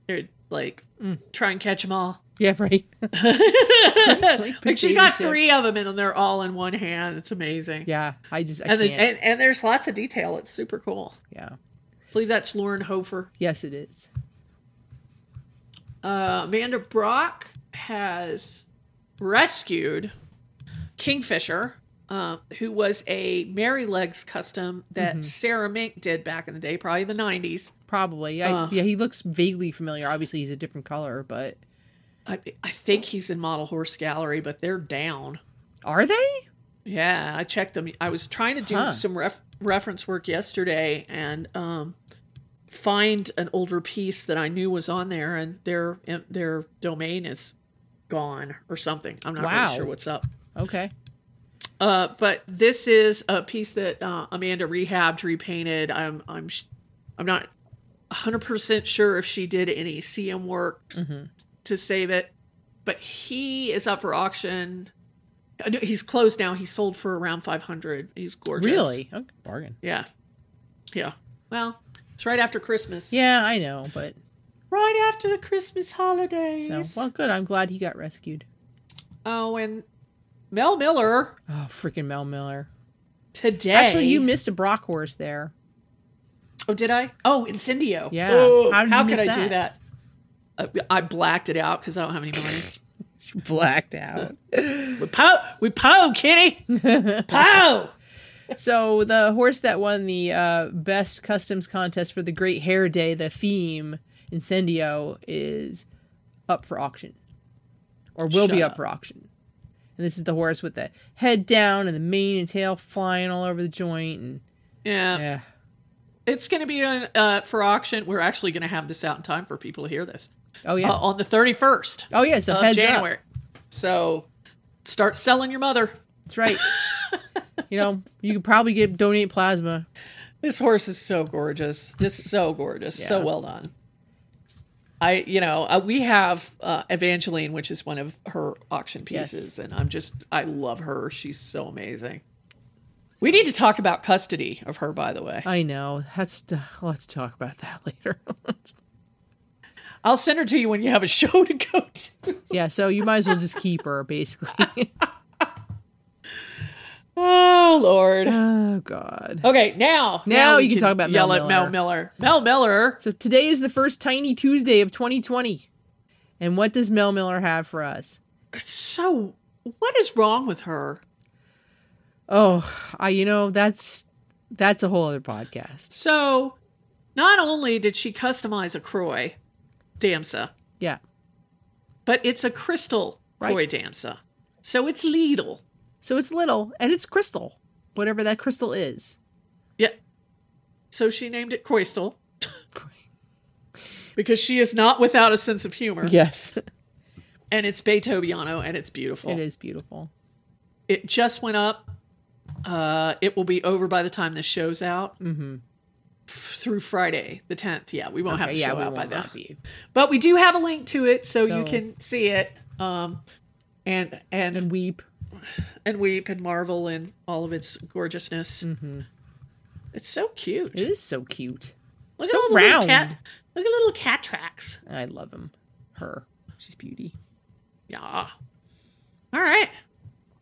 Speaker 2: They're like, try and catch them all.
Speaker 1: Yeah,
Speaker 2: *laughs*
Speaker 1: right. *laughs*
Speaker 2: like, she's got
Speaker 1: potato
Speaker 2: three of them and they're all in one hand. It's amazing.
Speaker 1: Yeah, I just I
Speaker 2: and, the,
Speaker 1: can't.
Speaker 2: and and there's lots of detail. It's super cool.
Speaker 1: yeah.
Speaker 2: I believe that's Lauren Hofer.
Speaker 1: Yes, it is.
Speaker 2: Uh, Amanda Brock has rescued Kingfisher, uh, who was a Mary Legs custom that
Speaker 1: Mm-hmm.
Speaker 2: Sarah Mink did back in the day, probably the 90s.
Speaker 1: Probably. I, yeah, he looks vaguely familiar. Obviously, he's a different color, but
Speaker 2: I, I think he's in Model Horse Gallery, but they're down.
Speaker 1: are they?
Speaker 2: Yeah, I checked them. I was trying to do
Speaker 1: Huh.
Speaker 2: some ref- reference work yesterday and um, find an older piece that I knew was on there, and their their domain is gone or something. I'm not
Speaker 1: Wow.
Speaker 2: really sure what's up.
Speaker 1: Okay.
Speaker 2: Uh, but this is a piece that uh, Amanda rehabbed, repainted. I'm I'm sh- I'm not 100 percent sure if she did any CM work
Speaker 1: Mm-hmm.
Speaker 2: to save it, but he is up for auction. Uh, no, He's closed now. He sold for around 500. He's gorgeous.
Speaker 1: Really? Okay, bargain.
Speaker 2: Yeah. Yeah. Well, it's right after Christmas.
Speaker 1: Yeah, I know, but
Speaker 2: Right after the Christmas holidays.
Speaker 1: so well, good. I'm glad he got rescued.
Speaker 2: oh, and Mel Miller
Speaker 1: Oh, freaking Mel Miller.
Speaker 2: today.
Speaker 1: Actually, you missed a Brock horse there.
Speaker 2: Oh, did I? Oh, Incendio.
Speaker 1: Yeah.
Speaker 2: Oh,
Speaker 1: How
Speaker 2: how
Speaker 1: did you miss
Speaker 2: could I do that? Uh, I blacked it out because I don't have any money.
Speaker 1: She blacked out.
Speaker 2: we po, we po,
Speaker 1: *laughs*
Speaker 2: kitty, po.
Speaker 1: so the horse that won the uh, best customs contest for the Great Hair Day, the theme Incendio, is up for auction, or will
Speaker 2: Shut
Speaker 1: be up
Speaker 2: up.
Speaker 1: for auction. And this is the horse with the head down and the mane and tail flying all over the joint. And eh.
Speaker 2: Yeah,
Speaker 1: yeah,
Speaker 2: it's going to be on, uh, for auction. We're actually going to have this out in time for people to hear this
Speaker 1: oh yeah,
Speaker 2: uh, on the thirty first
Speaker 1: oh yeah. So
Speaker 2: of
Speaker 1: heads up.
Speaker 2: January. So start selling your mother.
Speaker 1: That's right. you know, you could probably get donate plasma.
Speaker 2: This horse is so gorgeous, just so gorgeous, so
Speaker 1: Yeah.
Speaker 2: well done. I, you know, uh, we have uh, Evangeline, which is one of her auction
Speaker 1: Yes.
Speaker 2: pieces, and I'm just, I love her. She's so amazing. We need to talk about custody of her, by the way.
Speaker 1: I know. That's uh, let's talk about that *laughs* later.
Speaker 2: I'll send her to you when you have a *laughs* show to go to.
Speaker 1: yeah, so you might as well just keep her basically. *laughs*
Speaker 2: Oh Lord.
Speaker 1: oh god.
Speaker 2: Okay, now
Speaker 1: Now you can talk about Mel
Speaker 2: yell at Mel Miller. Mel Miller.
Speaker 1: So today is the first Tiny Tuesday of 2020. And what does Mel Miller have for us?
Speaker 2: So, what is wrong with her?
Speaker 1: Oh, I you know, that's that's a whole other podcast.
Speaker 2: So, not only did she customize a Croy Damsa,
Speaker 1: Yeah.
Speaker 2: but it's a crystal Croy
Speaker 1: Right.
Speaker 2: Damsa. So it's Lidl.
Speaker 1: So it's little and it's crystal. Whatever that crystal is.
Speaker 2: Yeah. So she named it Croystal because she is not without a sense of humor.
Speaker 1: Yes.
Speaker 2: And it's Beethoviano and it's beautiful.
Speaker 1: it is beautiful.
Speaker 2: It just went up. Uh, it will be over by the time this show's out. Mm-hmm. Through Friday, the 10th. Yeah, we won't have a
Speaker 1: Okay, yeah,
Speaker 2: show
Speaker 1: we
Speaker 2: out by
Speaker 1: won't
Speaker 2: then.
Speaker 1: have you.
Speaker 2: But we do have a link to it so,
Speaker 1: So-
Speaker 2: you can see it. Um, and, and
Speaker 1: And weep.
Speaker 2: and weep and marvel in all of its gorgeousness. Mm-hmm. It's so cute.
Speaker 1: It is so cute.
Speaker 2: Look
Speaker 1: so
Speaker 2: at all the little
Speaker 1: round.
Speaker 2: cat. Look at little cat tracks.
Speaker 1: I love him. Her. She's beauty.
Speaker 2: Yeah. All right.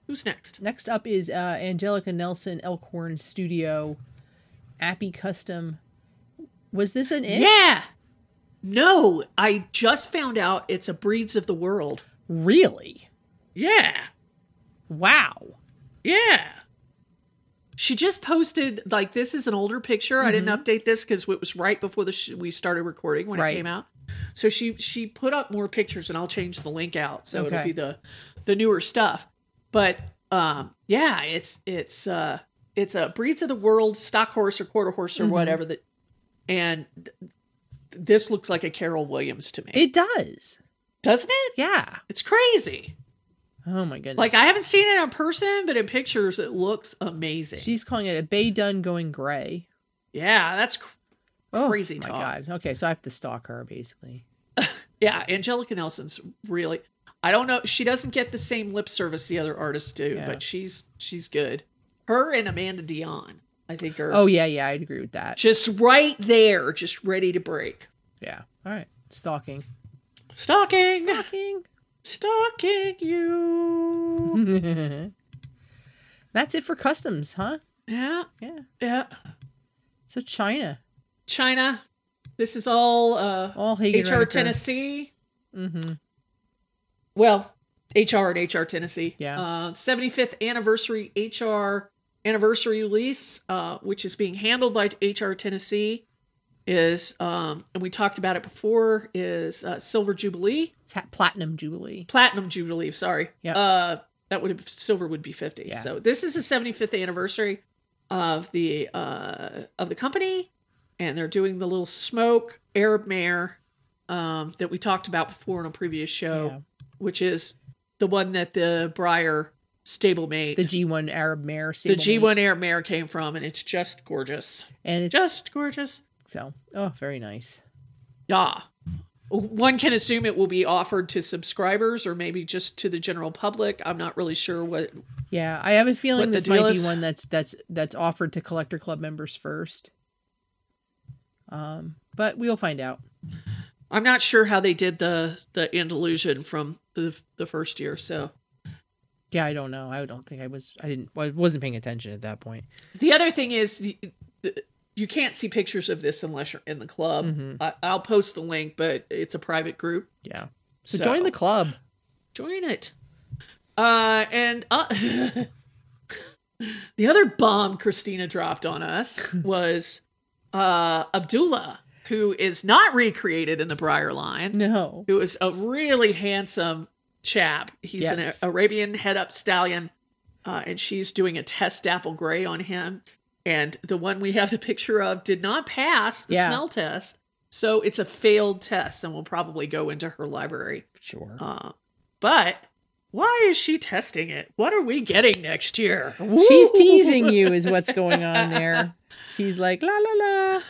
Speaker 2: Who's next?
Speaker 1: Next up is uh, Angelica Nelson Elkhorn Studio, Appy Custom. Was this an it?
Speaker 2: Yeah. No, I just found out it's a breeds of the world.
Speaker 1: Really?
Speaker 2: Yeah.
Speaker 1: Wow.
Speaker 2: Yeah. She just posted like this is an older picture. I didn't update this because it was right before the sh- we started recording when
Speaker 1: Mm-hmm. Right.
Speaker 2: it came out. So she she put up more pictures, and I'll change the link out so
Speaker 1: Okay.
Speaker 2: it'll be the the newer stuff. But um, yeah, it's it's uh, it's a breeds of the world stock horse or quarter horse or
Speaker 1: Mm-hmm.
Speaker 2: whatever that, and th- this looks like a Carol Williams to me,
Speaker 1: It does.
Speaker 2: doesn't it?
Speaker 1: Yeah.
Speaker 2: It's crazy.
Speaker 1: Oh my goodness.
Speaker 2: Like I haven't seen it in person, but in pictures it looks amazing.
Speaker 1: She's calling it a Bay Dun going gray.
Speaker 2: Yeah, that's cr-
Speaker 1: Oh,
Speaker 2: Crazy
Speaker 1: my
Speaker 2: talk.
Speaker 1: God. Okay, so I have to stalk her basically.
Speaker 2: yeah. Angelica Nelson's really. I don't know. She doesn't get the same lip service the other artists do,
Speaker 1: Yeah.
Speaker 2: but she's she's good. Her and Amanda Dion, I think, are
Speaker 1: Oh yeah, yeah, I'd agree with that.
Speaker 2: just right there, just ready to break. *laughs*
Speaker 1: Yeah. All right. Stalking.
Speaker 2: Stalking.
Speaker 1: Stalking. *laughs*
Speaker 2: Stalking
Speaker 1: Mm-hmm.
Speaker 2: you.
Speaker 1: That's it for customs, huh?
Speaker 2: Yeah.
Speaker 1: Yeah.
Speaker 2: Yeah.
Speaker 1: So China.
Speaker 2: China. This is all uh
Speaker 1: All Hagen
Speaker 2: HR
Speaker 1: Renneker.
Speaker 2: Tennessee.
Speaker 1: Mm-hmm.
Speaker 2: Well, HR and HR Tennessee.
Speaker 1: Yeah.
Speaker 2: Uh, 75th anniversary HR anniversary release, uh, which is being handled by HR Tennessee, is, um, and we talked about it before, is uh, Silver Jubilee,
Speaker 1: It's ha- platinum jubilee.
Speaker 2: Platinum Jubilee, sorry.
Speaker 1: Yep.
Speaker 2: Uh, that would have, silver would be 50.
Speaker 1: Yeah.
Speaker 2: So this is the 75th anniversary of the, uh, of the company. And they're doing the little smoke Arab mare, um, that we talked about before in a previous show
Speaker 1: Yeah.
Speaker 2: which is the one that the Briar stablemate,
Speaker 1: The
Speaker 2: the,
Speaker 1: G1 Arab mare. stable mate.
Speaker 2: G1 Air Mare, came from, and it's just gorgeous,
Speaker 1: And it's
Speaker 2: just gorgeous.
Speaker 1: so. Oh, very nice.
Speaker 2: Yeah, one can assume it will be offered to subscribers or maybe just to the general public. I'm not really sure what.
Speaker 1: Yeah, I have a
Speaker 2: What
Speaker 1: feeling
Speaker 2: the
Speaker 1: this
Speaker 2: deal
Speaker 1: might
Speaker 2: is?
Speaker 1: be one that's that's that's offered to collector club members first. Um, but we'll find out.
Speaker 2: I'm not sure how they did the the Andalusian from the the first year. So
Speaker 1: Yeah, I don't know. I don't think I was. I didn't. I wasn't paying attention at that point.
Speaker 2: the other thing is. The, the, you can't see pictures of this unless you're in the club. I, I'll post the link, but it's a private group.
Speaker 1: Yeah. So, join the club.
Speaker 2: join it. Uh, and uh, *laughs* the other bomb Christina dropped on us was uh, Abdullah, who is not recreated in the Briar line,
Speaker 1: No.
Speaker 2: who is a really handsome chap. He's
Speaker 1: Yes.
Speaker 2: an Arabian head up stallion, uh, and she's doing a test apple gray on him. And the one we have the picture of did not pass the
Speaker 1: Yeah.
Speaker 2: smell test. So it's a failed test, and we'll probably go into her library.
Speaker 1: Sure.
Speaker 2: Uh, but why is she testing it? What are we getting next year?
Speaker 1: She's
Speaker 2: Woo!
Speaker 1: teasing you, is what's going *laughs* on there. She's like la la la.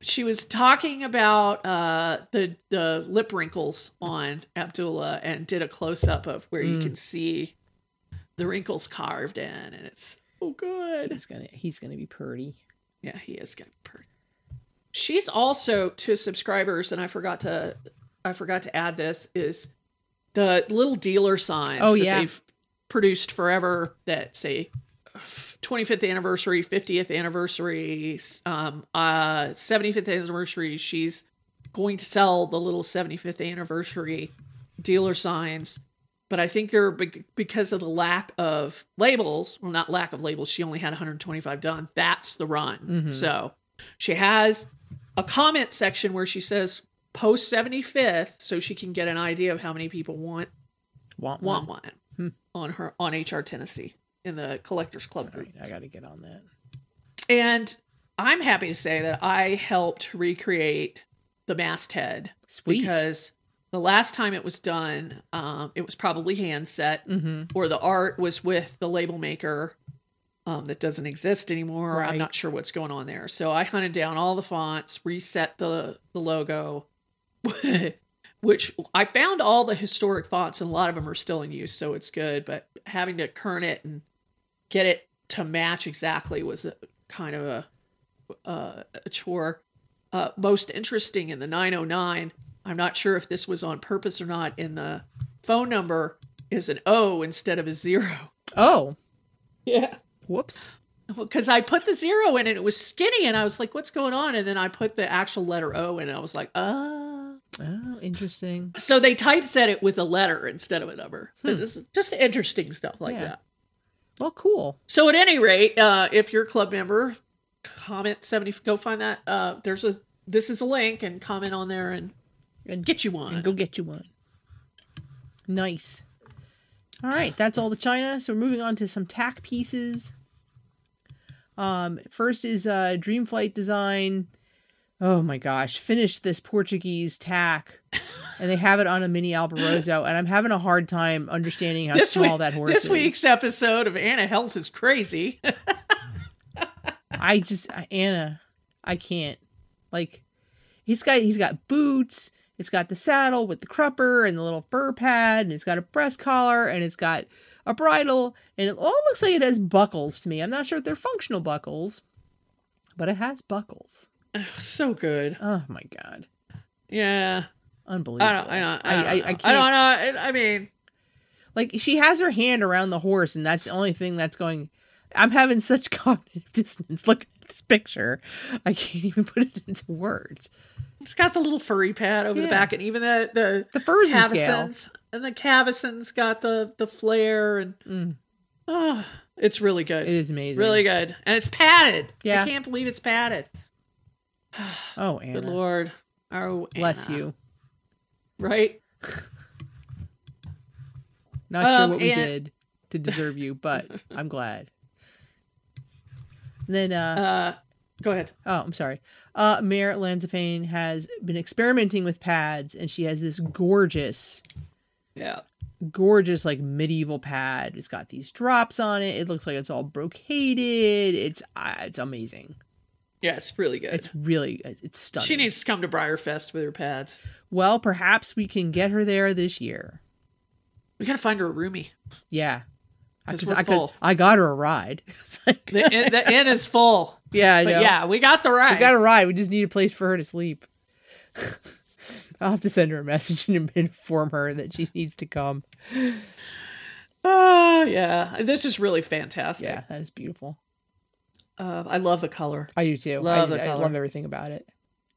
Speaker 2: She was talking about uh, the the lip wrinkles on Abdullah and did a close up of where you can see the wrinkles carved in, and it's so good.
Speaker 1: He's gonna. He's gonna be purty.
Speaker 2: Yeah, he is gonna be pretty. She's also to subscribers, and I forgot to I forgot to add this is the little dealer signs
Speaker 1: Oh,
Speaker 2: that
Speaker 1: yeah.
Speaker 2: they've produced forever that say 25th anniversary, 50th anniversary, um, uh, 75th anniversary. She's going to sell the little 75th anniversary dealer signs. But I think they're bec- because of the lack of labels. Well, not lack of labels. She only had 125 done. That's the run. So she has a comment section where she says post 75th so she can get an idea of how many people want
Speaker 1: Want
Speaker 2: want
Speaker 1: one.
Speaker 2: one on her on HR Tennessee in the collectors club group.
Speaker 1: I gotta get on that.
Speaker 2: And I'm happy to say that I helped recreate the masthead
Speaker 1: Sweet.
Speaker 2: because the last time it was done, um, it was probably hand set,
Speaker 1: Mm-hmm.
Speaker 2: or the art was with the label maker um, that doesn't exist anymore. I'm
Speaker 1: Right.
Speaker 2: not sure what's going on there. So I hunted down all the fonts, reset the the logo, *laughs* which I found all the historic fonts, and a lot of them are still in use, so it's good. But having to kern it and get it to match exactly was a, kind of a uh, a chore. Uh, most interesting in the 909, I'm not sure if this was on purpose or not. In the phone number is an O instead of a zero.
Speaker 1: Oh,
Speaker 2: Yeah.
Speaker 1: whoops.
Speaker 2: Because I put the zero in and it was skinny, and I was like, "What's going on?" And then I put the actual letter O in, and I was like, "Uh."
Speaker 1: Oh, interesting.
Speaker 2: So they typeset it with a letter instead of a number. It's Just interesting stuff like
Speaker 1: Hmm. Yeah.
Speaker 2: that.
Speaker 1: Well, cool.
Speaker 2: So at any rate, uh, if you're a club member, comment seventy. Go find that. Uh, there's a this is a link and comment on there and
Speaker 1: And
Speaker 2: get you one.
Speaker 1: and go get you one. Nice. All right, that's all the china. So we're moving on to some tack pieces. Um, first is uh, Dreamflight Design. Oh my gosh, finished this Portuguese tack, and they have it on a mini Albarozo, and I'm having a hard time understanding how small
Speaker 2: week-
Speaker 1: that horse
Speaker 2: this
Speaker 1: is.
Speaker 2: week's episode of Anna Helt is crazy. *laughs*
Speaker 1: I just I- Anna, I can't. Like he's got he's got boots. It's got the saddle with the crupper and the little fur pad, and it's got a breast collar, and it's got a bridle, and it all looks like it has buckles to me. I'm not sure if they're functional buckles, but it has buckles.
Speaker 2: so good.
Speaker 1: Oh my god!
Speaker 2: Yeah.
Speaker 1: Unbelievable.
Speaker 2: I don't. I don't. I don't.
Speaker 1: I- I- I
Speaker 2: know. I,
Speaker 1: can't-
Speaker 2: don't know. I I mean,
Speaker 1: Like she has her hand around the horse, and that's the only thing that's going. I'm having such *laughs* cognitive dissonance looking at this picture. I can't even put it into words.
Speaker 2: it's got the little furry pad over the
Speaker 1: Yeah.
Speaker 2: back, and even the the
Speaker 1: The furs and scale.
Speaker 2: Caveson's and the Caveson's got the the flare, and oh, it's really good.
Speaker 1: Mm. It is amazing.
Speaker 2: really good, and it's padded.
Speaker 1: Yeah.
Speaker 2: I can't believe it's padded.
Speaker 1: Oh, Anna.
Speaker 2: Good lord. Oh,
Speaker 1: Bless
Speaker 2: Anna.
Speaker 1: you.
Speaker 2: Right.
Speaker 1: Not sure
Speaker 2: Um,
Speaker 1: what we
Speaker 2: and-
Speaker 1: did to deserve you, but
Speaker 2: *laughs*
Speaker 1: I'm glad. Then, uh,
Speaker 2: Uh, go ahead.
Speaker 1: oh, I'm sorry. Uh, Mayor Lanzapane has been experimenting with pads, and she has this gorgeous,
Speaker 2: Yeah.
Speaker 1: gorgeous, like medieval pad. It's got these drops on it. It looks like it's all brocaded. It's uh, it's amazing.
Speaker 2: Yeah, it's really good.
Speaker 1: It's really it's it's stunning.
Speaker 2: she needs to come to Briarfest with her pads.
Speaker 1: Well, perhaps we can get her there this year.
Speaker 2: We gotta find her a roomie.
Speaker 1: Yeah,
Speaker 2: 'Cause
Speaker 1: because
Speaker 2: we're
Speaker 1: I, 'cause
Speaker 2: full.
Speaker 1: I got her a ride. *laughs* It's like-
Speaker 2: The inn, the inn is full.
Speaker 1: yeah, I
Speaker 2: But
Speaker 1: know.
Speaker 2: yeah, we got the ride.
Speaker 1: We got a ride. We just need a place for her to sleep. *laughs* I'll have to send her a message *laughs* and inform her that she needs to come.
Speaker 2: Oh, yeah. This is really fantastic.
Speaker 1: Yeah, that is beautiful.
Speaker 2: Uh, I love the color.
Speaker 1: I do too. I,
Speaker 2: Love
Speaker 1: just-
Speaker 2: the
Speaker 1: I
Speaker 2: color.
Speaker 1: love everything about it.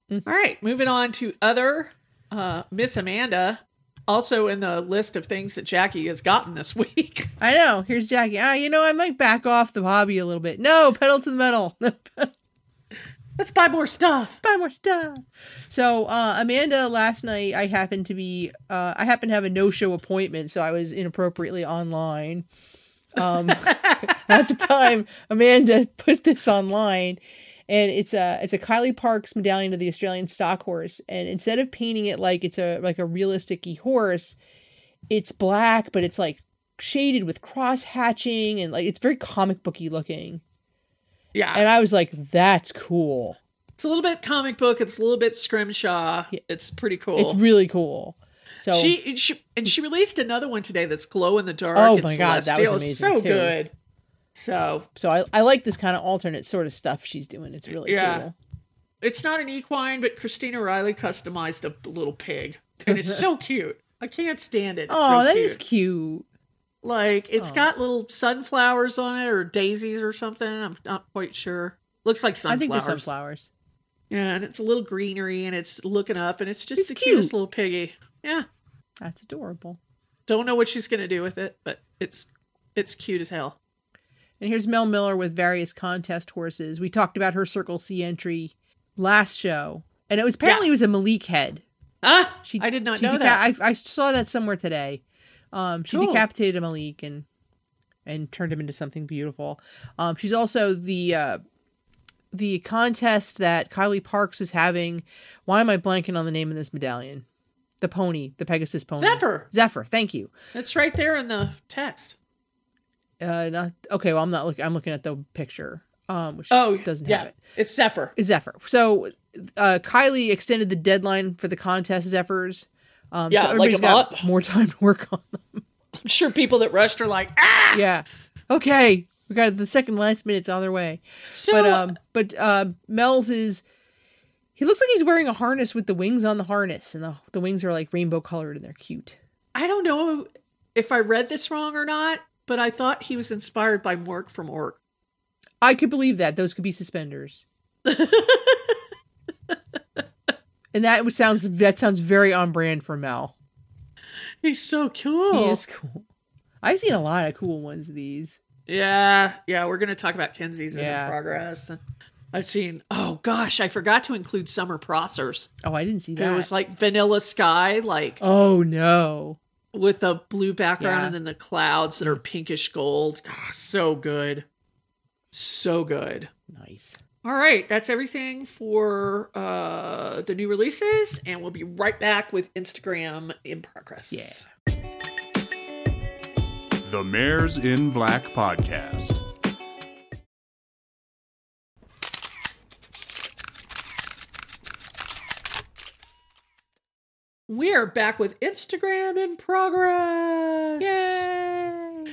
Speaker 2: All right, moving on to other uh, Miss Amanda, also in the list of things that Jackie has gotten this *laughs* week.
Speaker 1: I know. Here's Jackie. Ah, you know, I might back off the hobby a little bit. No, pedal to the metal. *laughs*
Speaker 2: Let's buy more stuff.
Speaker 1: buy more stuff. So uh, Amanda, last night I happened to be uh, I happened to have a no show appointment, so I was inappropriately online. Um, *laughs* at the time, Amanda *laughs* put this online, and it's a it's a Kylie Parks medallion of the Australian stock horse, and instead of painting it like it's a like a realistic horse, it's black, but it's like shaded with cross hatching and like it's very comic booky looking
Speaker 2: Yeah.
Speaker 1: and i was like that's cool
Speaker 2: Uh, it's a little bit comic book, it's a little bit scrimshaw. It's pretty cool.
Speaker 1: it's really cool so
Speaker 2: she, she and she released another one today that's glow in the dark.
Speaker 1: Oh
Speaker 2: and
Speaker 1: my God, that was
Speaker 2: celestial. It's
Speaker 1: amazing,
Speaker 2: So
Speaker 1: too.
Speaker 2: good. So
Speaker 1: So I, I like this kind of alternate sort of stuff she's doing. It's really
Speaker 2: Yeah.
Speaker 1: cool.
Speaker 2: it's not an equine, but Christina Riley customized a little pig, and it's
Speaker 1: *laughs*
Speaker 2: so cute. I can't stand it. It's
Speaker 1: Oh,
Speaker 2: so
Speaker 1: that
Speaker 2: cute.
Speaker 1: is cute.
Speaker 2: Like it's got little sunflowers on it or daisies or something. I'm not quite sure. Looks like
Speaker 1: I
Speaker 2: sunflowers.
Speaker 1: think there's sunflowers.
Speaker 2: Yeah, and it's a little greenery and it's looking up and it's just
Speaker 1: It's
Speaker 2: the cutest
Speaker 1: cute.
Speaker 2: little piggy. Yeah.
Speaker 1: That's adorable.
Speaker 2: Don't know what she's gonna do with it, but it's it's cute as hell.
Speaker 1: And here's Mel Miller with various contest horses. We talked about her Circle C entry last show, and it was apparently
Speaker 2: Yeah.
Speaker 1: it was a Malik head.
Speaker 2: Ah
Speaker 1: She
Speaker 2: I did not
Speaker 1: she
Speaker 2: know
Speaker 1: deca-
Speaker 2: that.
Speaker 1: I, I saw that somewhere today. Um, she
Speaker 2: Cool.
Speaker 1: decapitated a Malik and and turned him into something beautiful. Um, she's also the uh, the contest that Kylie Parks was having. Why am I blanking on the name of this medallion? The pony, the Pegasus pony.
Speaker 2: Zephyr.
Speaker 1: Zephyr. Thank you.
Speaker 2: It's right there in the text.
Speaker 1: Uh, not okay. Well, I'm not looking. I'm looking at the picture. Um, which
Speaker 2: Oh
Speaker 1: doesn't
Speaker 2: yeah.
Speaker 1: have it.
Speaker 2: It's Zephyr.
Speaker 1: Zephyr. So uh, Kylie extended the deadline for the contest Zephyrs. Um,
Speaker 2: Yeah,
Speaker 1: so
Speaker 2: like
Speaker 1: everybody's
Speaker 2: a
Speaker 1: got
Speaker 2: month.
Speaker 1: more *laughs* time to work on them.
Speaker 2: I'm sure people that rushed are like, ah
Speaker 1: Yeah. Okay, we got the second last minute's on their way.
Speaker 2: so
Speaker 1: but um, but uh, Mel's is he looks like he's wearing a harness with the wings on the harness, and the the wings are like rainbow colored and they're cute.
Speaker 2: I don't know if I read this wrong or not, but I thought he was inspired by Mork from Ork.
Speaker 1: I could believe that those could be
Speaker 2: *laughs*
Speaker 1: suspenders. and that would sounds that sounds very on brand for Mel.
Speaker 2: He's so cool.
Speaker 1: He is cool. I've seen a lot of cool ones of these.
Speaker 2: Yeah, yeah, we're gonna talk about Kenzie's and
Speaker 1: Yeah.
Speaker 2: in progress. And I've seen oh gosh, I forgot to include summer processors.
Speaker 1: Oh, I didn't see
Speaker 2: It
Speaker 1: that.
Speaker 2: was like vanilla sky, like
Speaker 1: oh no.
Speaker 2: with a blue background
Speaker 1: Yeah.
Speaker 2: and then the clouds that are pinkish gold. Ah, so good. So good.
Speaker 1: Nice.
Speaker 2: All right, that's everything for uh the new releases, and we'll be right back with Instagram in progress.
Speaker 1: Yeah.
Speaker 3: The Mares in Black podcast.
Speaker 2: We're back with Instagram in progress.
Speaker 1: Yay.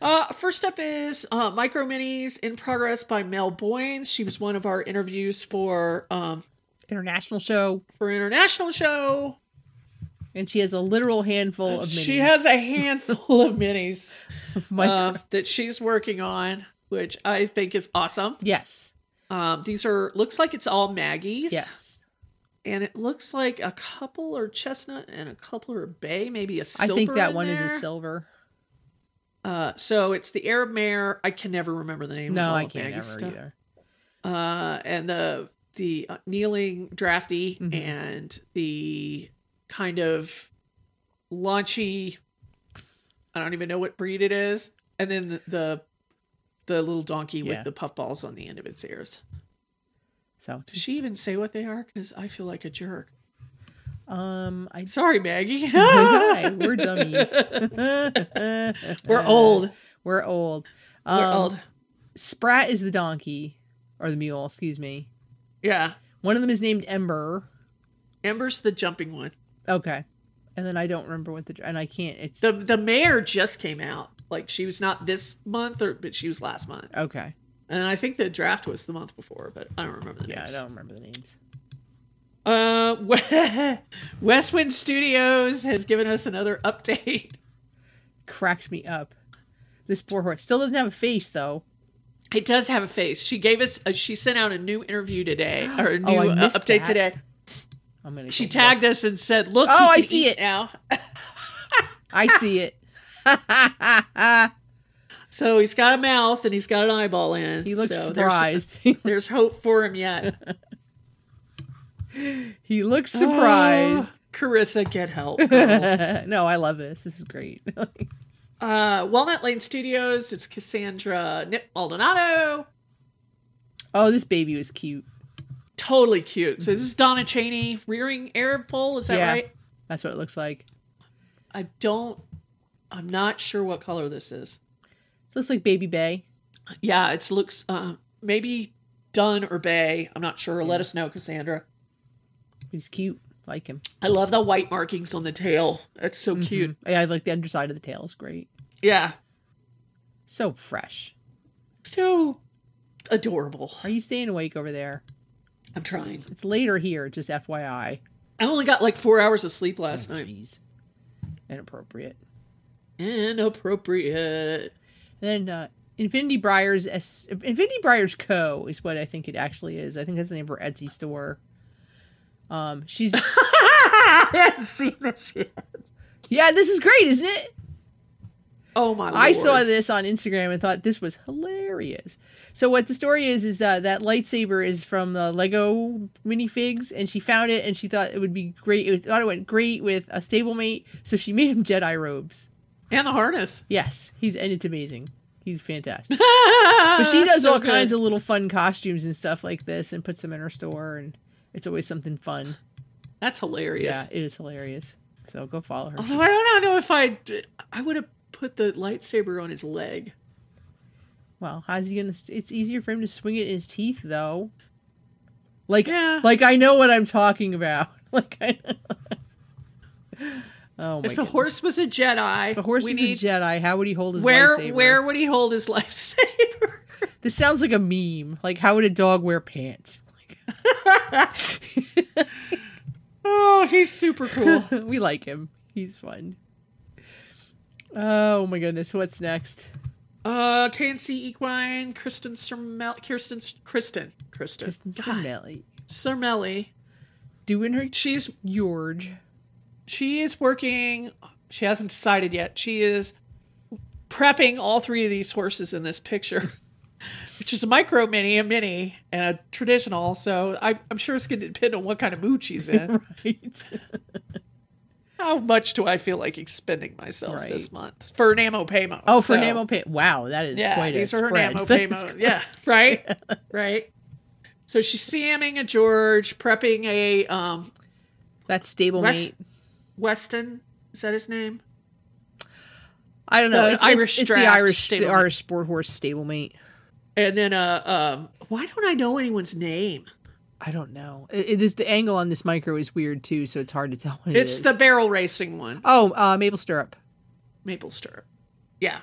Speaker 2: Uh, first up is uh, Micro Minis in Progress by Mel Boynes. She was one of our interviews for um,
Speaker 1: international show,
Speaker 2: for international show.
Speaker 1: and she has a literal handful of minis.
Speaker 2: She
Speaker 1: *laughs*
Speaker 2: has a handful of minis
Speaker 1: of *laughs* my-
Speaker 2: uh, that she's working on, which I think is awesome.
Speaker 1: yes,
Speaker 2: Um, these are looks like it's all Maggie's.
Speaker 1: yes.
Speaker 2: and it looks like a couple are chestnut and a couple are bay, maybe a
Speaker 1: I
Speaker 2: silver.
Speaker 1: think that
Speaker 2: in
Speaker 1: one is a
Speaker 2: there.
Speaker 1: silver.
Speaker 2: Uh, so it's the Arab mare. I can never remember the name. of
Speaker 1: No,
Speaker 2: all
Speaker 1: I
Speaker 2: of
Speaker 1: can't
Speaker 2: Maggie's
Speaker 1: remember
Speaker 2: stuff.
Speaker 1: either.
Speaker 2: Uh, and the the uh, kneeling drafty
Speaker 1: Mhm.
Speaker 2: and the kind of launchy. I don't even know what breed it is. And then the the, the little donkey
Speaker 1: Yeah.
Speaker 2: with the puff balls on the end of its ears.
Speaker 1: So,
Speaker 2: Does *laughs* she even say what they are? Because I feel like a jerk.
Speaker 1: um,
Speaker 2: *laughs*
Speaker 1: I *laughs*
Speaker 2: Sorry, Maggie.
Speaker 1: Hi, we're dummies. *laughs* Uh,
Speaker 2: We're old.
Speaker 1: We're old. Um,
Speaker 2: *laughs* We're old.
Speaker 1: Sprat is the donkey or the mule, excuse me.
Speaker 2: Yeah.
Speaker 1: One of them is named Ember.
Speaker 2: Amber's the jumping one.
Speaker 1: Okay. And then I don't remember what the and I can't. It's
Speaker 2: The the mayor just came out. Like she was not this month or but she was last month.
Speaker 1: okay.
Speaker 2: And I think the draft was the month before, but I don't remember the
Speaker 1: Yeah, I
Speaker 2: names.
Speaker 1: don't remember the names.
Speaker 2: Uh *laughs* we- Westwind Studios has given us another *laughs* update.
Speaker 1: Cracks me up. This poor horse still doesn't have a face though.
Speaker 2: It does have a face. She gave us uh she sent out a new interview
Speaker 1: *gasps*
Speaker 2: today or a new
Speaker 1: Oh, I
Speaker 2: uh,
Speaker 1: missed
Speaker 2: update
Speaker 1: that.
Speaker 2: today.
Speaker 1: I'm gonna.
Speaker 2: She
Speaker 1: go
Speaker 2: tagged us and said, "Look,
Speaker 1: Oh,
Speaker 2: you
Speaker 1: I
Speaker 2: can
Speaker 1: see
Speaker 2: eat
Speaker 1: it.
Speaker 2: now."
Speaker 1: look. I see it.
Speaker 2: So he's got a mouth and he's got an eyeball in.
Speaker 1: He looks
Speaker 2: *laughs* so there's-
Speaker 1: surprised.
Speaker 2: there's hope for him yet.
Speaker 1: he looks
Speaker 2: Ah.
Speaker 1: surprised. *laughs*
Speaker 2: Oh, Carissa, get help. girl.
Speaker 1: no, I love this. This is great. *laughs*
Speaker 2: uh, Walnut Lane Studios, it's Cassandra Nip Maldonado.
Speaker 1: oh, this baby was cute.
Speaker 2: Totally cute. So this is Donna Cheney rearing Arab foal. Is that
Speaker 1: Yeah.
Speaker 2: right?
Speaker 1: That's what it looks like.
Speaker 2: I don't, I'm not sure what color this is.
Speaker 1: It looks like Baby Bay.
Speaker 2: Yeah, it looks uh, maybe dun or bay. I'm not sure. Let us know, Cassandra.
Speaker 1: He's cute. Like him.
Speaker 2: I love the white markings on the tail. That's so cute.
Speaker 1: Yeah, I like the underside of the tail is great.
Speaker 2: Yeah.
Speaker 1: So fresh.
Speaker 2: So adorable.
Speaker 1: Are you staying awake over there?
Speaker 2: I'm trying.
Speaker 1: It's later here, just FYI.
Speaker 2: I only got like four hours of sleep last night.
Speaker 1: Jeez. Inappropriate.
Speaker 2: Inappropriate.
Speaker 1: And then uh, Infinity Briars S- Infinity Briars Co is what I think it actually is. I think that's the name of her Etsy store. Um, she's *laughs*
Speaker 2: *laughs* I haven't seen this yet.
Speaker 1: yeah, this is great, isn't it?
Speaker 2: Oh my! Lord.
Speaker 1: I saw this on Instagram and thought this was hilarious. So what the story is is that that lightsaber is from the Lego minifigs, and she found it and she thought it would be great. It thought it went great with a stablemate, so she *laughs* made him Jedi robes.
Speaker 2: and the harness. *laughs*
Speaker 1: Yes, he's and it's amazing. He's fantastic. But she does all kinds of little fun costumes and stuff like this, and puts them in her store, and it's always something fun.
Speaker 2: That's hilarious.
Speaker 1: Yeah, it is hilarious. So go follow her.
Speaker 2: Although I don't know if I, I would have put the lightsaber on his leg.
Speaker 1: Oh Well, how's he gonna? St- it's easier for him to swing it in his teeth, though. Like,
Speaker 2: Yeah.
Speaker 1: like I know what I'm talking about. *laughs* Like, I oh my!
Speaker 2: if a
Speaker 1: goodness.
Speaker 2: horse was a Jedi,
Speaker 1: If a horse
Speaker 2: we
Speaker 1: was
Speaker 2: need-
Speaker 1: a Jedi, how would he hold his
Speaker 2: Where
Speaker 1: lightsaber?
Speaker 2: where would he hold his *laughs* lightsaber?
Speaker 1: This sounds like a meme. Like, how would a dog wear pants? *laughs*
Speaker 2: oh, he's super cool.
Speaker 1: Like, we like him. He's fun. Oh my goodness! What's next?
Speaker 2: *laughs* uh, Tansy Equine, Kristen Sermel, Kirsten, Kristen, Kristen,
Speaker 1: Kristen Sermelli
Speaker 2: Sermelli.
Speaker 1: doing her
Speaker 2: She's
Speaker 1: *laughs* George.
Speaker 2: she is working she hasn't decided yet she is prepping all three of these horses in this picture *laughs* which is a micro mini a mini and a traditional so I, i'm sure it's going to depend on what kind of mood
Speaker 1: *laughs*
Speaker 2: she's in
Speaker 1: Right.
Speaker 2: how much do i feel like expending myself
Speaker 1: Right.
Speaker 2: this month for namo paymo
Speaker 1: Oh,
Speaker 2: So,
Speaker 1: for Namo Pay. Wow, that is
Speaker 2: yeah
Speaker 1: quite
Speaker 2: these
Speaker 1: a
Speaker 2: are
Speaker 1: *laughs*
Speaker 2: her
Speaker 1: spread.
Speaker 2: namo
Speaker 1: That is
Speaker 2: paymo yeah right
Speaker 1: *laughs*
Speaker 2: right so she's CMing a George, prepping a um,
Speaker 1: That's stable
Speaker 2: West-
Speaker 1: mate.
Speaker 2: Weston. Is that his name?
Speaker 1: I don't know.
Speaker 2: The
Speaker 1: it's,
Speaker 2: Irish
Speaker 1: Irish it's, the
Speaker 2: draft
Speaker 1: Irish the
Speaker 2: stablemate.
Speaker 1: Irish sport horse stablemate.
Speaker 2: And then, uh, um, why don't I know anyone's name?
Speaker 1: I don't know. It, it is the angle on this micro is weird too, so it's hard to tell. What it
Speaker 2: It's
Speaker 1: is.
Speaker 2: the barrel racing one,
Speaker 1: oh uh, maple stirrup.
Speaker 2: maple syrup. Yeah,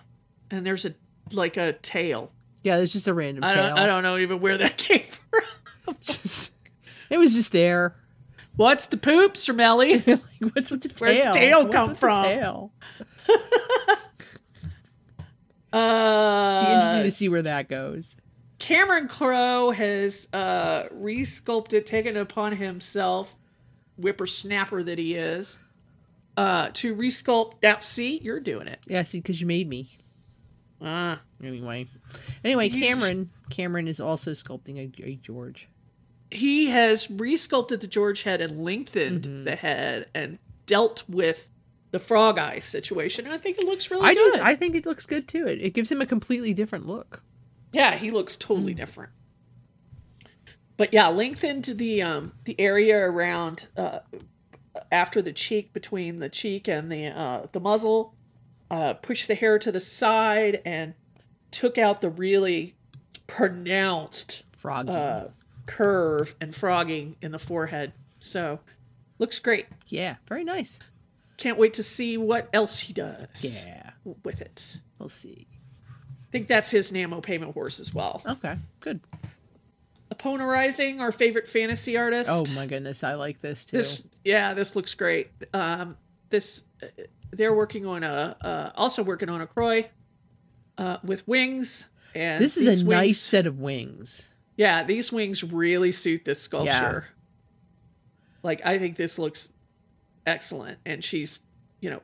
Speaker 2: and there's a like a tail.
Speaker 1: Yeah, it's just a random
Speaker 2: I
Speaker 1: tail.
Speaker 2: *laughs* don't, I don't know even where that came from.
Speaker 1: *laughs* Just- It was just there. *laughs*
Speaker 2: What's the poop, Sirmelli?
Speaker 1: Like, what's with the tail?
Speaker 2: Where'd the tail
Speaker 1: What's
Speaker 2: come
Speaker 1: with the
Speaker 2: from?
Speaker 1: tail? Be
Speaker 2: Uh,
Speaker 1: interesting to see where that goes.
Speaker 2: Cameron Crowe has uh, re-sculpted, taken upon himself, whippersnapper that he is, uh, to resculpt. Now, see, you're doing it.
Speaker 1: Yeah, see, because you made me.
Speaker 2: Ah,
Speaker 1: Anyway, anyway,
Speaker 2: You just-
Speaker 1: Cameron. Cameron is also sculpting a, a George.
Speaker 2: he has re-sculpted the George head and lengthened
Speaker 1: Mm-hmm.
Speaker 2: the head and dealt with the frog eye situation. And I think it looks really
Speaker 1: I
Speaker 2: good.
Speaker 1: do. I think it looks good too. It it gives him a completely different look.
Speaker 2: Yeah, he looks
Speaker 1: Mm.
Speaker 2: totally different. But yeah, lengthened the um the area around uh after the cheek between the cheek and the uh the muzzle, uh pushed the hair to the side and took out the really pronounced
Speaker 1: Froggy.
Speaker 2: uh curve and frogging in the forehead. So looks great.
Speaker 1: yeah, very nice.
Speaker 2: Can't wait to see what else he does
Speaker 1: Yeah,
Speaker 2: with it.
Speaker 1: we'll see.
Speaker 2: I think that's his Namo payment horse as well.
Speaker 1: Okay, good.
Speaker 2: Upon Rising, our favorite fantasy artist.
Speaker 1: Oh my goodness, I like this too.
Speaker 2: This, yeah, this looks great. Um, this, uh, they're working on a, uh, also working on a Croy, uh, with wings. And
Speaker 1: this is
Speaker 2: these
Speaker 1: a
Speaker 2: wings-
Speaker 1: nice set of wings.
Speaker 2: Yeah, these wings really suit this sculpture. Like, I think this looks excellent, and she's, you know,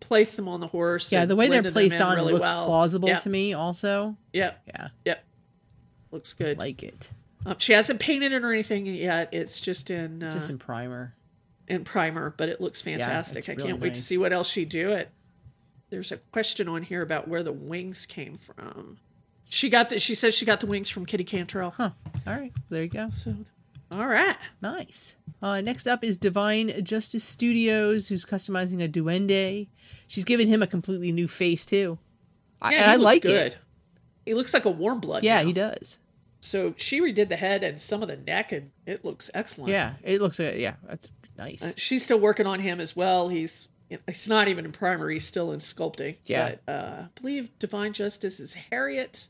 Speaker 2: placed them on the horse.
Speaker 1: Yeah,
Speaker 2: and
Speaker 1: the way they're
Speaker 2: blended them
Speaker 1: placed
Speaker 2: in
Speaker 1: on
Speaker 2: really
Speaker 1: looks
Speaker 2: well.
Speaker 1: plausible
Speaker 2: Yep,
Speaker 1: to me. Also,
Speaker 2: Yep,
Speaker 1: yeah,
Speaker 2: yep, looks good.
Speaker 1: like it.
Speaker 2: Um, she hasn't painted it or anything yet. It's just in uh,
Speaker 1: It's just in primer.
Speaker 2: and primer, but it looks fantastic.
Speaker 1: it's
Speaker 2: I
Speaker 1: really
Speaker 2: can't wait to
Speaker 1: nice.
Speaker 2: see what else she do it. There's a question on here about where the wings came from. She got the, she says she got the wings from Kitty Cantrell.
Speaker 1: Huh. All right, there you go.
Speaker 2: So, all right.
Speaker 1: Nice. Uh, next up is Divine Justice Studios, who's customizing a duende. She's given him a completely new face too. I,
Speaker 2: Yeah,
Speaker 1: and
Speaker 2: he
Speaker 1: I
Speaker 2: looks
Speaker 1: like
Speaker 2: good.
Speaker 1: it.
Speaker 2: He looks like a warm blood.
Speaker 1: Yeah,
Speaker 2: now.
Speaker 1: he does.
Speaker 2: So she redid the head and some of the neck, and it looks excellent.
Speaker 1: Yeah, it looks like yeah, that's
Speaker 2: Uh,
Speaker 1: nice.
Speaker 2: she's still working on him as well. He's he's not even in primer. He's still in sculpting.
Speaker 1: Yeah.
Speaker 2: But, uh, I believe Divine Justice is Harriet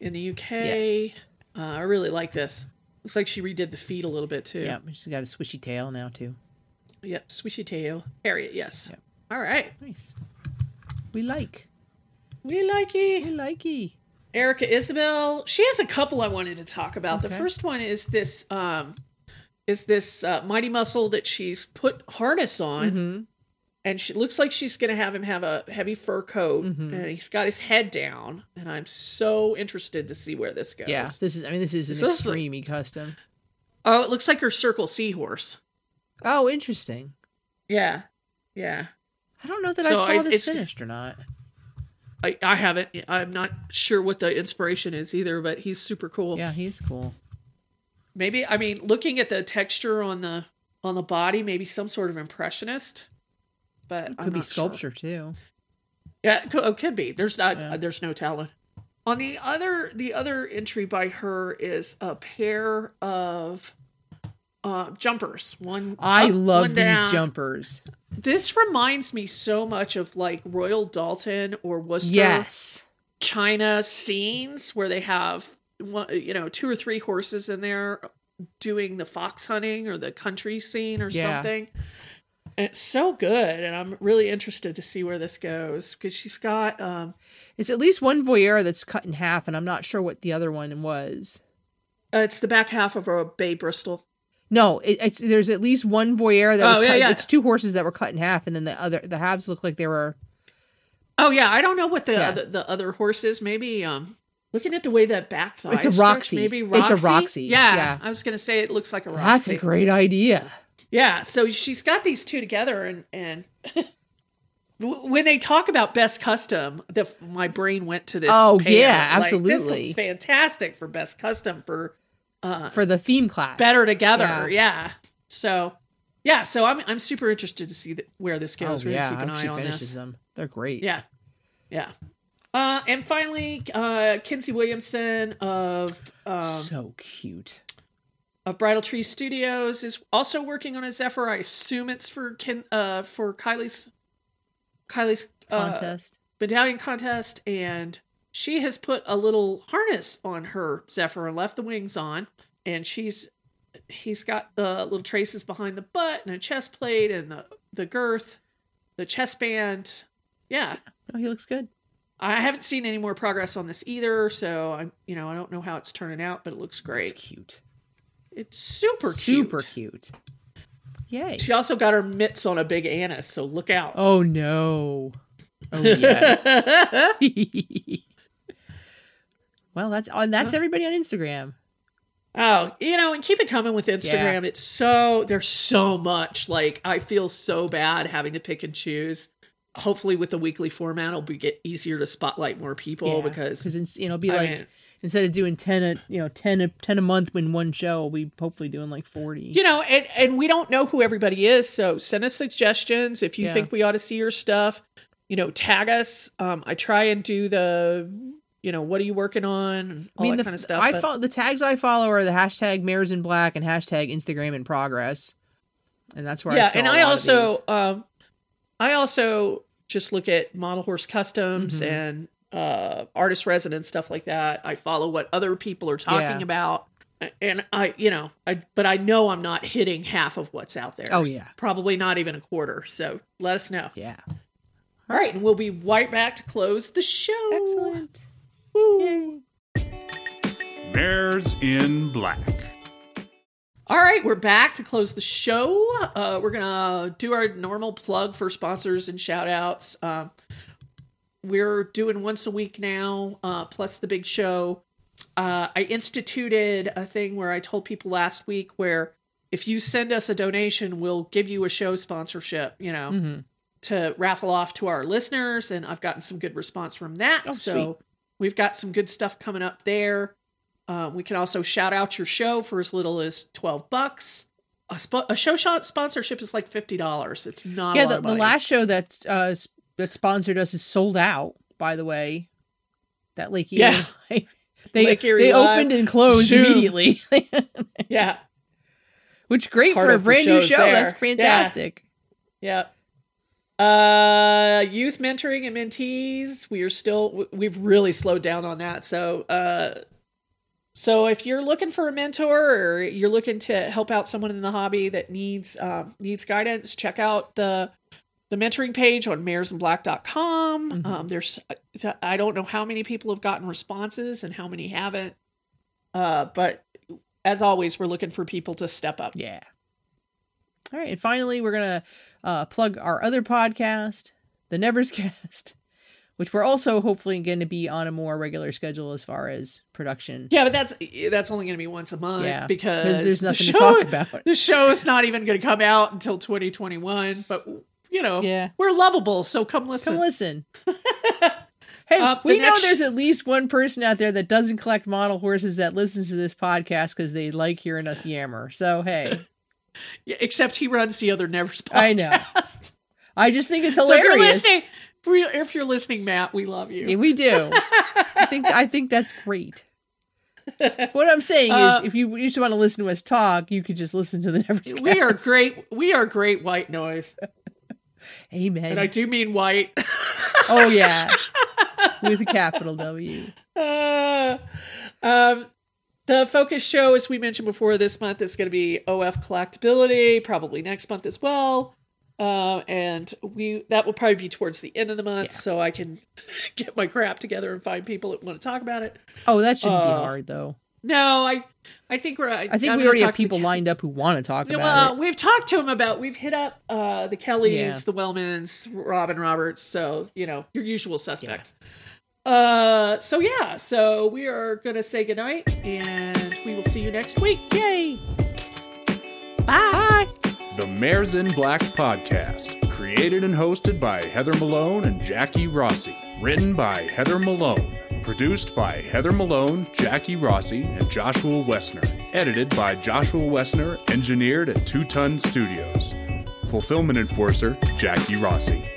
Speaker 2: in the UK.
Speaker 1: Yes.
Speaker 2: Uh, I really like this. Looks like she redid the feet a little bit too.
Speaker 1: yeah, she's got a swishy tail now too.
Speaker 2: Yep. Swishy tail. Harriet. Yes. All right.
Speaker 1: Nice. We like.
Speaker 2: We like
Speaker 1: We
Speaker 2: you.
Speaker 1: likey.
Speaker 2: Erica Isabel. She has a couple I wanted to talk about. The
Speaker 1: Okay.
Speaker 2: first one is this. Um, is this uh, mighty muscle that she's put harness on?
Speaker 1: Mm-hmm.
Speaker 2: and she looks like she's going to have him have a heavy fur coat
Speaker 1: Mm-hmm.
Speaker 2: and he's got his head down and i'm so interested to see where this goes
Speaker 1: Yeah, this is. I mean, this is an
Speaker 2: This is-
Speaker 1: extreme custom.
Speaker 2: oh it looks like her circle seahorse
Speaker 1: Oh, interesting.
Speaker 2: yeah yeah
Speaker 1: I don't know that I
Speaker 2: So
Speaker 1: saw
Speaker 2: it-
Speaker 1: this
Speaker 2: it's-
Speaker 1: finished or not.
Speaker 2: I, I haven't i'm not sure what the inspiration is either but he's super cool
Speaker 1: Yeah, he's cool.
Speaker 2: maybe i mean looking at the texture on the on the body maybe some sort of impressionist but
Speaker 1: Could be sculpture too.
Speaker 2: Yeah, it could, oh, could be. There's not.
Speaker 1: Yeah.
Speaker 2: uh, there's no telling. On the other, the other entry by her is a pair of uh, jumpers. One
Speaker 1: I
Speaker 2: up, one
Speaker 1: love these
Speaker 2: down.
Speaker 1: jumpers.
Speaker 2: This reminds me so much of like Royal Dalton or Worcester
Speaker 1: Yes.
Speaker 2: China scenes where they have one, you know two or three horses in there doing the fox hunting or the country scene or
Speaker 1: Yeah.
Speaker 2: something. And it's so good, and I'm really interested to see where this goes because she's got. um
Speaker 1: It's at least one voyeur that's cut in half, and I'm not sure what the other one was.
Speaker 2: Uh, it's the back half of a Bay Bristol.
Speaker 1: No, it, it's there's at least one voyeur that
Speaker 2: Oh,
Speaker 1: was
Speaker 2: yeah,
Speaker 1: cut.
Speaker 2: yeah.
Speaker 1: It's two horses that were cut in half, and then the other the halves look like they were.
Speaker 2: Oh yeah, I don't know what the
Speaker 1: Yeah.
Speaker 2: other, the other horse is. Maybe um, looking at the way that back thigh.
Speaker 1: It's a
Speaker 2: stretch,
Speaker 1: Roxy.
Speaker 2: Maybe
Speaker 1: It's
Speaker 2: Roxy.
Speaker 1: a Roxy,
Speaker 2: Yeah,
Speaker 1: yeah.
Speaker 2: I was gonna say it looks like a Roxy.
Speaker 1: That's a great idea.
Speaker 2: Yeah, so she's got these two together, and and *laughs* w- when they talk about best custom, the my brain went to this.
Speaker 1: Oh,
Speaker 2: pair.
Speaker 1: yeah,
Speaker 2: Like, this
Speaker 1: absolutely.
Speaker 2: looks fantastic for best custom for
Speaker 1: For the theme class,
Speaker 2: Uh, better
Speaker 1: Yeah.
Speaker 2: together. Yeah. So. Yeah, so I'm I'm super interested to see that, where this
Speaker 1: Oh
Speaker 2: goes. We're
Speaker 1: yeah,
Speaker 2: gonna keep
Speaker 1: I
Speaker 2: an
Speaker 1: hope
Speaker 2: eye
Speaker 1: she
Speaker 2: on
Speaker 1: finishes
Speaker 2: this.
Speaker 1: them. They're great.
Speaker 2: Yeah. Yeah. Uh, and finally, uh, Kinsey Williamson of um,
Speaker 1: so cute.
Speaker 2: of Bridal Tree Studios is also working on a Zephyr. I assume it's for Kin, uh, for Kylie's Kylie's uh,
Speaker 1: Contest.
Speaker 2: medallion contest, and she has put a little harness on her Zephyr and left the wings on, and she's he's got the little traces behind the butt and a chest plate and the the girth, the chest band. Yeah,
Speaker 1: Oh, he looks good.
Speaker 2: I haven't seen any more progress on this either, so I'm you know I don't know how it's turning out, but it looks
Speaker 1: It's
Speaker 2: great.
Speaker 1: cute.
Speaker 2: It's super
Speaker 1: Super cute.
Speaker 2: cute.
Speaker 1: Yay.
Speaker 2: She also got her mitts on a big anise, so look out.
Speaker 1: Oh no. Oh
Speaker 2: *laughs*
Speaker 1: yes. *laughs* well, that's on that's everybody on Instagram.
Speaker 2: Oh, you know, and keep it coming with Instagram. It's so there's so much. Like I feel so bad having to pick and choose. Hopefully, with the weekly format, it'll be get easier to spotlight more people because
Speaker 1: because you know, be
Speaker 2: I
Speaker 1: like
Speaker 2: mean-
Speaker 1: instead of doing ten a you know ten a ten a month in one show, we'll be hopefully doing like forty.
Speaker 2: you know, and and we don't know who everybody is. So send us suggestions if you
Speaker 1: Yeah.
Speaker 2: think we ought to see your stuff. You know, tag us. Um, I try and do the, you know, what are you working on? and All that
Speaker 1: the
Speaker 2: kind of
Speaker 1: f-
Speaker 2: stuff.
Speaker 1: I
Speaker 2: but-
Speaker 1: fo- the tags I follow are the hashtag Mares in Black and hashtag Instagram in Progress, and that's where I
Speaker 2: yeah
Speaker 1: saw
Speaker 2: and
Speaker 1: a
Speaker 2: i
Speaker 1: lot of
Speaker 2: also
Speaker 1: these.
Speaker 2: um i also just look at model horse customs
Speaker 1: Mm-hmm.
Speaker 2: and uh artist resident stuff like that i follow what other people are talking
Speaker 1: Yeah.
Speaker 2: about and i you know i but i know i'm not hitting half of what's out there
Speaker 1: Oh, yeah.
Speaker 2: probably not even a quarter so let us know
Speaker 1: yeah
Speaker 2: all right and we'll be right back to close the show
Speaker 1: excellent. Yay.
Speaker 3: Mares in Black.
Speaker 2: All right, we're back to close the show. Uh, we're gonna do our normal plug for sponsors and shout outs. Um, we're doing once a week now, uh, plus the big show. Uh, I instituted a thing where I told people last week where if you send us a donation, we'll give you a show sponsorship, you know,
Speaker 1: Mm-hmm.
Speaker 2: to raffle off to our listeners. And I've gotten some good response from that.
Speaker 1: Oh,
Speaker 2: so we've got some good stuff coming up there. Uh, we can also shout out your show for as little as 12 bucks. A, spo- a show shot sponsorship is like $50. It's not a
Speaker 1: Yeah,
Speaker 2: lot
Speaker 1: the,
Speaker 2: of
Speaker 1: the
Speaker 2: money.
Speaker 1: last show that uh, s- that sponsored us is sold out. By the way, that Lake Erie. *laughs*
Speaker 2: Yeah.
Speaker 1: Live. They
Speaker 2: Lake Erie
Speaker 1: they
Speaker 2: Live.
Speaker 1: opened and closed
Speaker 2: Shoot.
Speaker 1: immediately,
Speaker 2: *laughs*
Speaker 1: *laughs*
Speaker 2: Yeah.
Speaker 1: which great
Speaker 2: Part
Speaker 1: for a
Speaker 2: of the
Speaker 1: brand new
Speaker 2: show's
Speaker 1: show.
Speaker 2: there.
Speaker 1: That's
Speaker 2: Yeah.
Speaker 1: fantastic.
Speaker 2: Yeah. Uh, youth mentoring and mentees. We are still, w- we've really slowed down on that. So, uh, so if you're looking for a mentor or you're looking to help out someone in the hobby that needs, um, needs guidance, check out the, the mentoring page on mayorsandblack.com. Um, there's, I don't know how many people have gotten responses and how many haven't. Uh, but as always, we're looking for people to step up.
Speaker 1: Yeah. All right, and finally, we're gonna uh, plug our other podcast, the Nevers *laughs* Cast, which we're also hopefully going to be on a more regular schedule as far as production.
Speaker 2: Yeah, but that's that's only going to be once a month
Speaker 1: Yeah,
Speaker 2: because
Speaker 1: 'cause there's
Speaker 2: the
Speaker 1: nothing to
Speaker 2: show,
Speaker 1: talk about.
Speaker 2: The show is not even going to come out until 2021. But you know,
Speaker 1: Yeah.
Speaker 2: we're lovable, so come listen.
Speaker 1: Come listen. *laughs* hey,
Speaker 2: Uh, the
Speaker 1: we
Speaker 2: next-
Speaker 1: know there's at least one person out there that doesn't collect model horses that listens to this podcast because they like hearing us yammer. So hey,
Speaker 2: Yeah, Except he runs the other Never's podcast. *laughs*
Speaker 1: I know. I just think it's
Speaker 2: so if you're
Speaker 1: hilarious.
Speaker 2: listening, if you're- if you're listening, Matt, we love you.
Speaker 1: Yeah, we do. I think I think that's
Speaker 2: *laughs*
Speaker 1: great. What I'm saying
Speaker 2: Uh,
Speaker 1: is, if you, you just want to listen to us talk, you could just listen to the Never's
Speaker 2: We are great. We are great white noise,
Speaker 1: Amen.
Speaker 2: *laughs* and I *laughs* do mean white.
Speaker 1: oh yeah, with a capital W.
Speaker 2: Uh, um, the focus show, as we mentioned before, this month is going to be OF collectability, probably next month as well. Uh, and we that will probably be towards the end of the month, so I can *laughs* get my crap together and find people that want to talk about it.
Speaker 1: Oh, that shouldn't
Speaker 2: Uh,
Speaker 1: be hard though.
Speaker 2: No, I I think we're
Speaker 1: I think
Speaker 2: I'm
Speaker 1: we
Speaker 2: gonna
Speaker 1: already
Speaker 2: talk
Speaker 1: have
Speaker 2: to the
Speaker 1: people
Speaker 2: ca-
Speaker 1: lined up who want to talk
Speaker 2: Yeah,
Speaker 1: about
Speaker 2: well,
Speaker 1: it.
Speaker 2: we've talked to them about we've hit up uh, the Kellys,
Speaker 1: Yeah.
Speaker 2: the Wellmans, Robin Roberts, so you know your usual suspects. Uh, so yeah, so we are gonna say goodnight, and we will see you next week.
Speaker 1: Yay!
Speaker 2: Bye.
Speaker 1: Bye.
Speaker 3: The Mares in Black podcast, created and hosted by Heather Malone and Jackie Rossi. Written by Heather Malone. Produced by Heather Malone, Jackie Rossi, and Joshua Wessner. Edited by Joshua Wessner, engineered at Two Ton Studios. Fulfillment Enforcer, Jackie Rossi.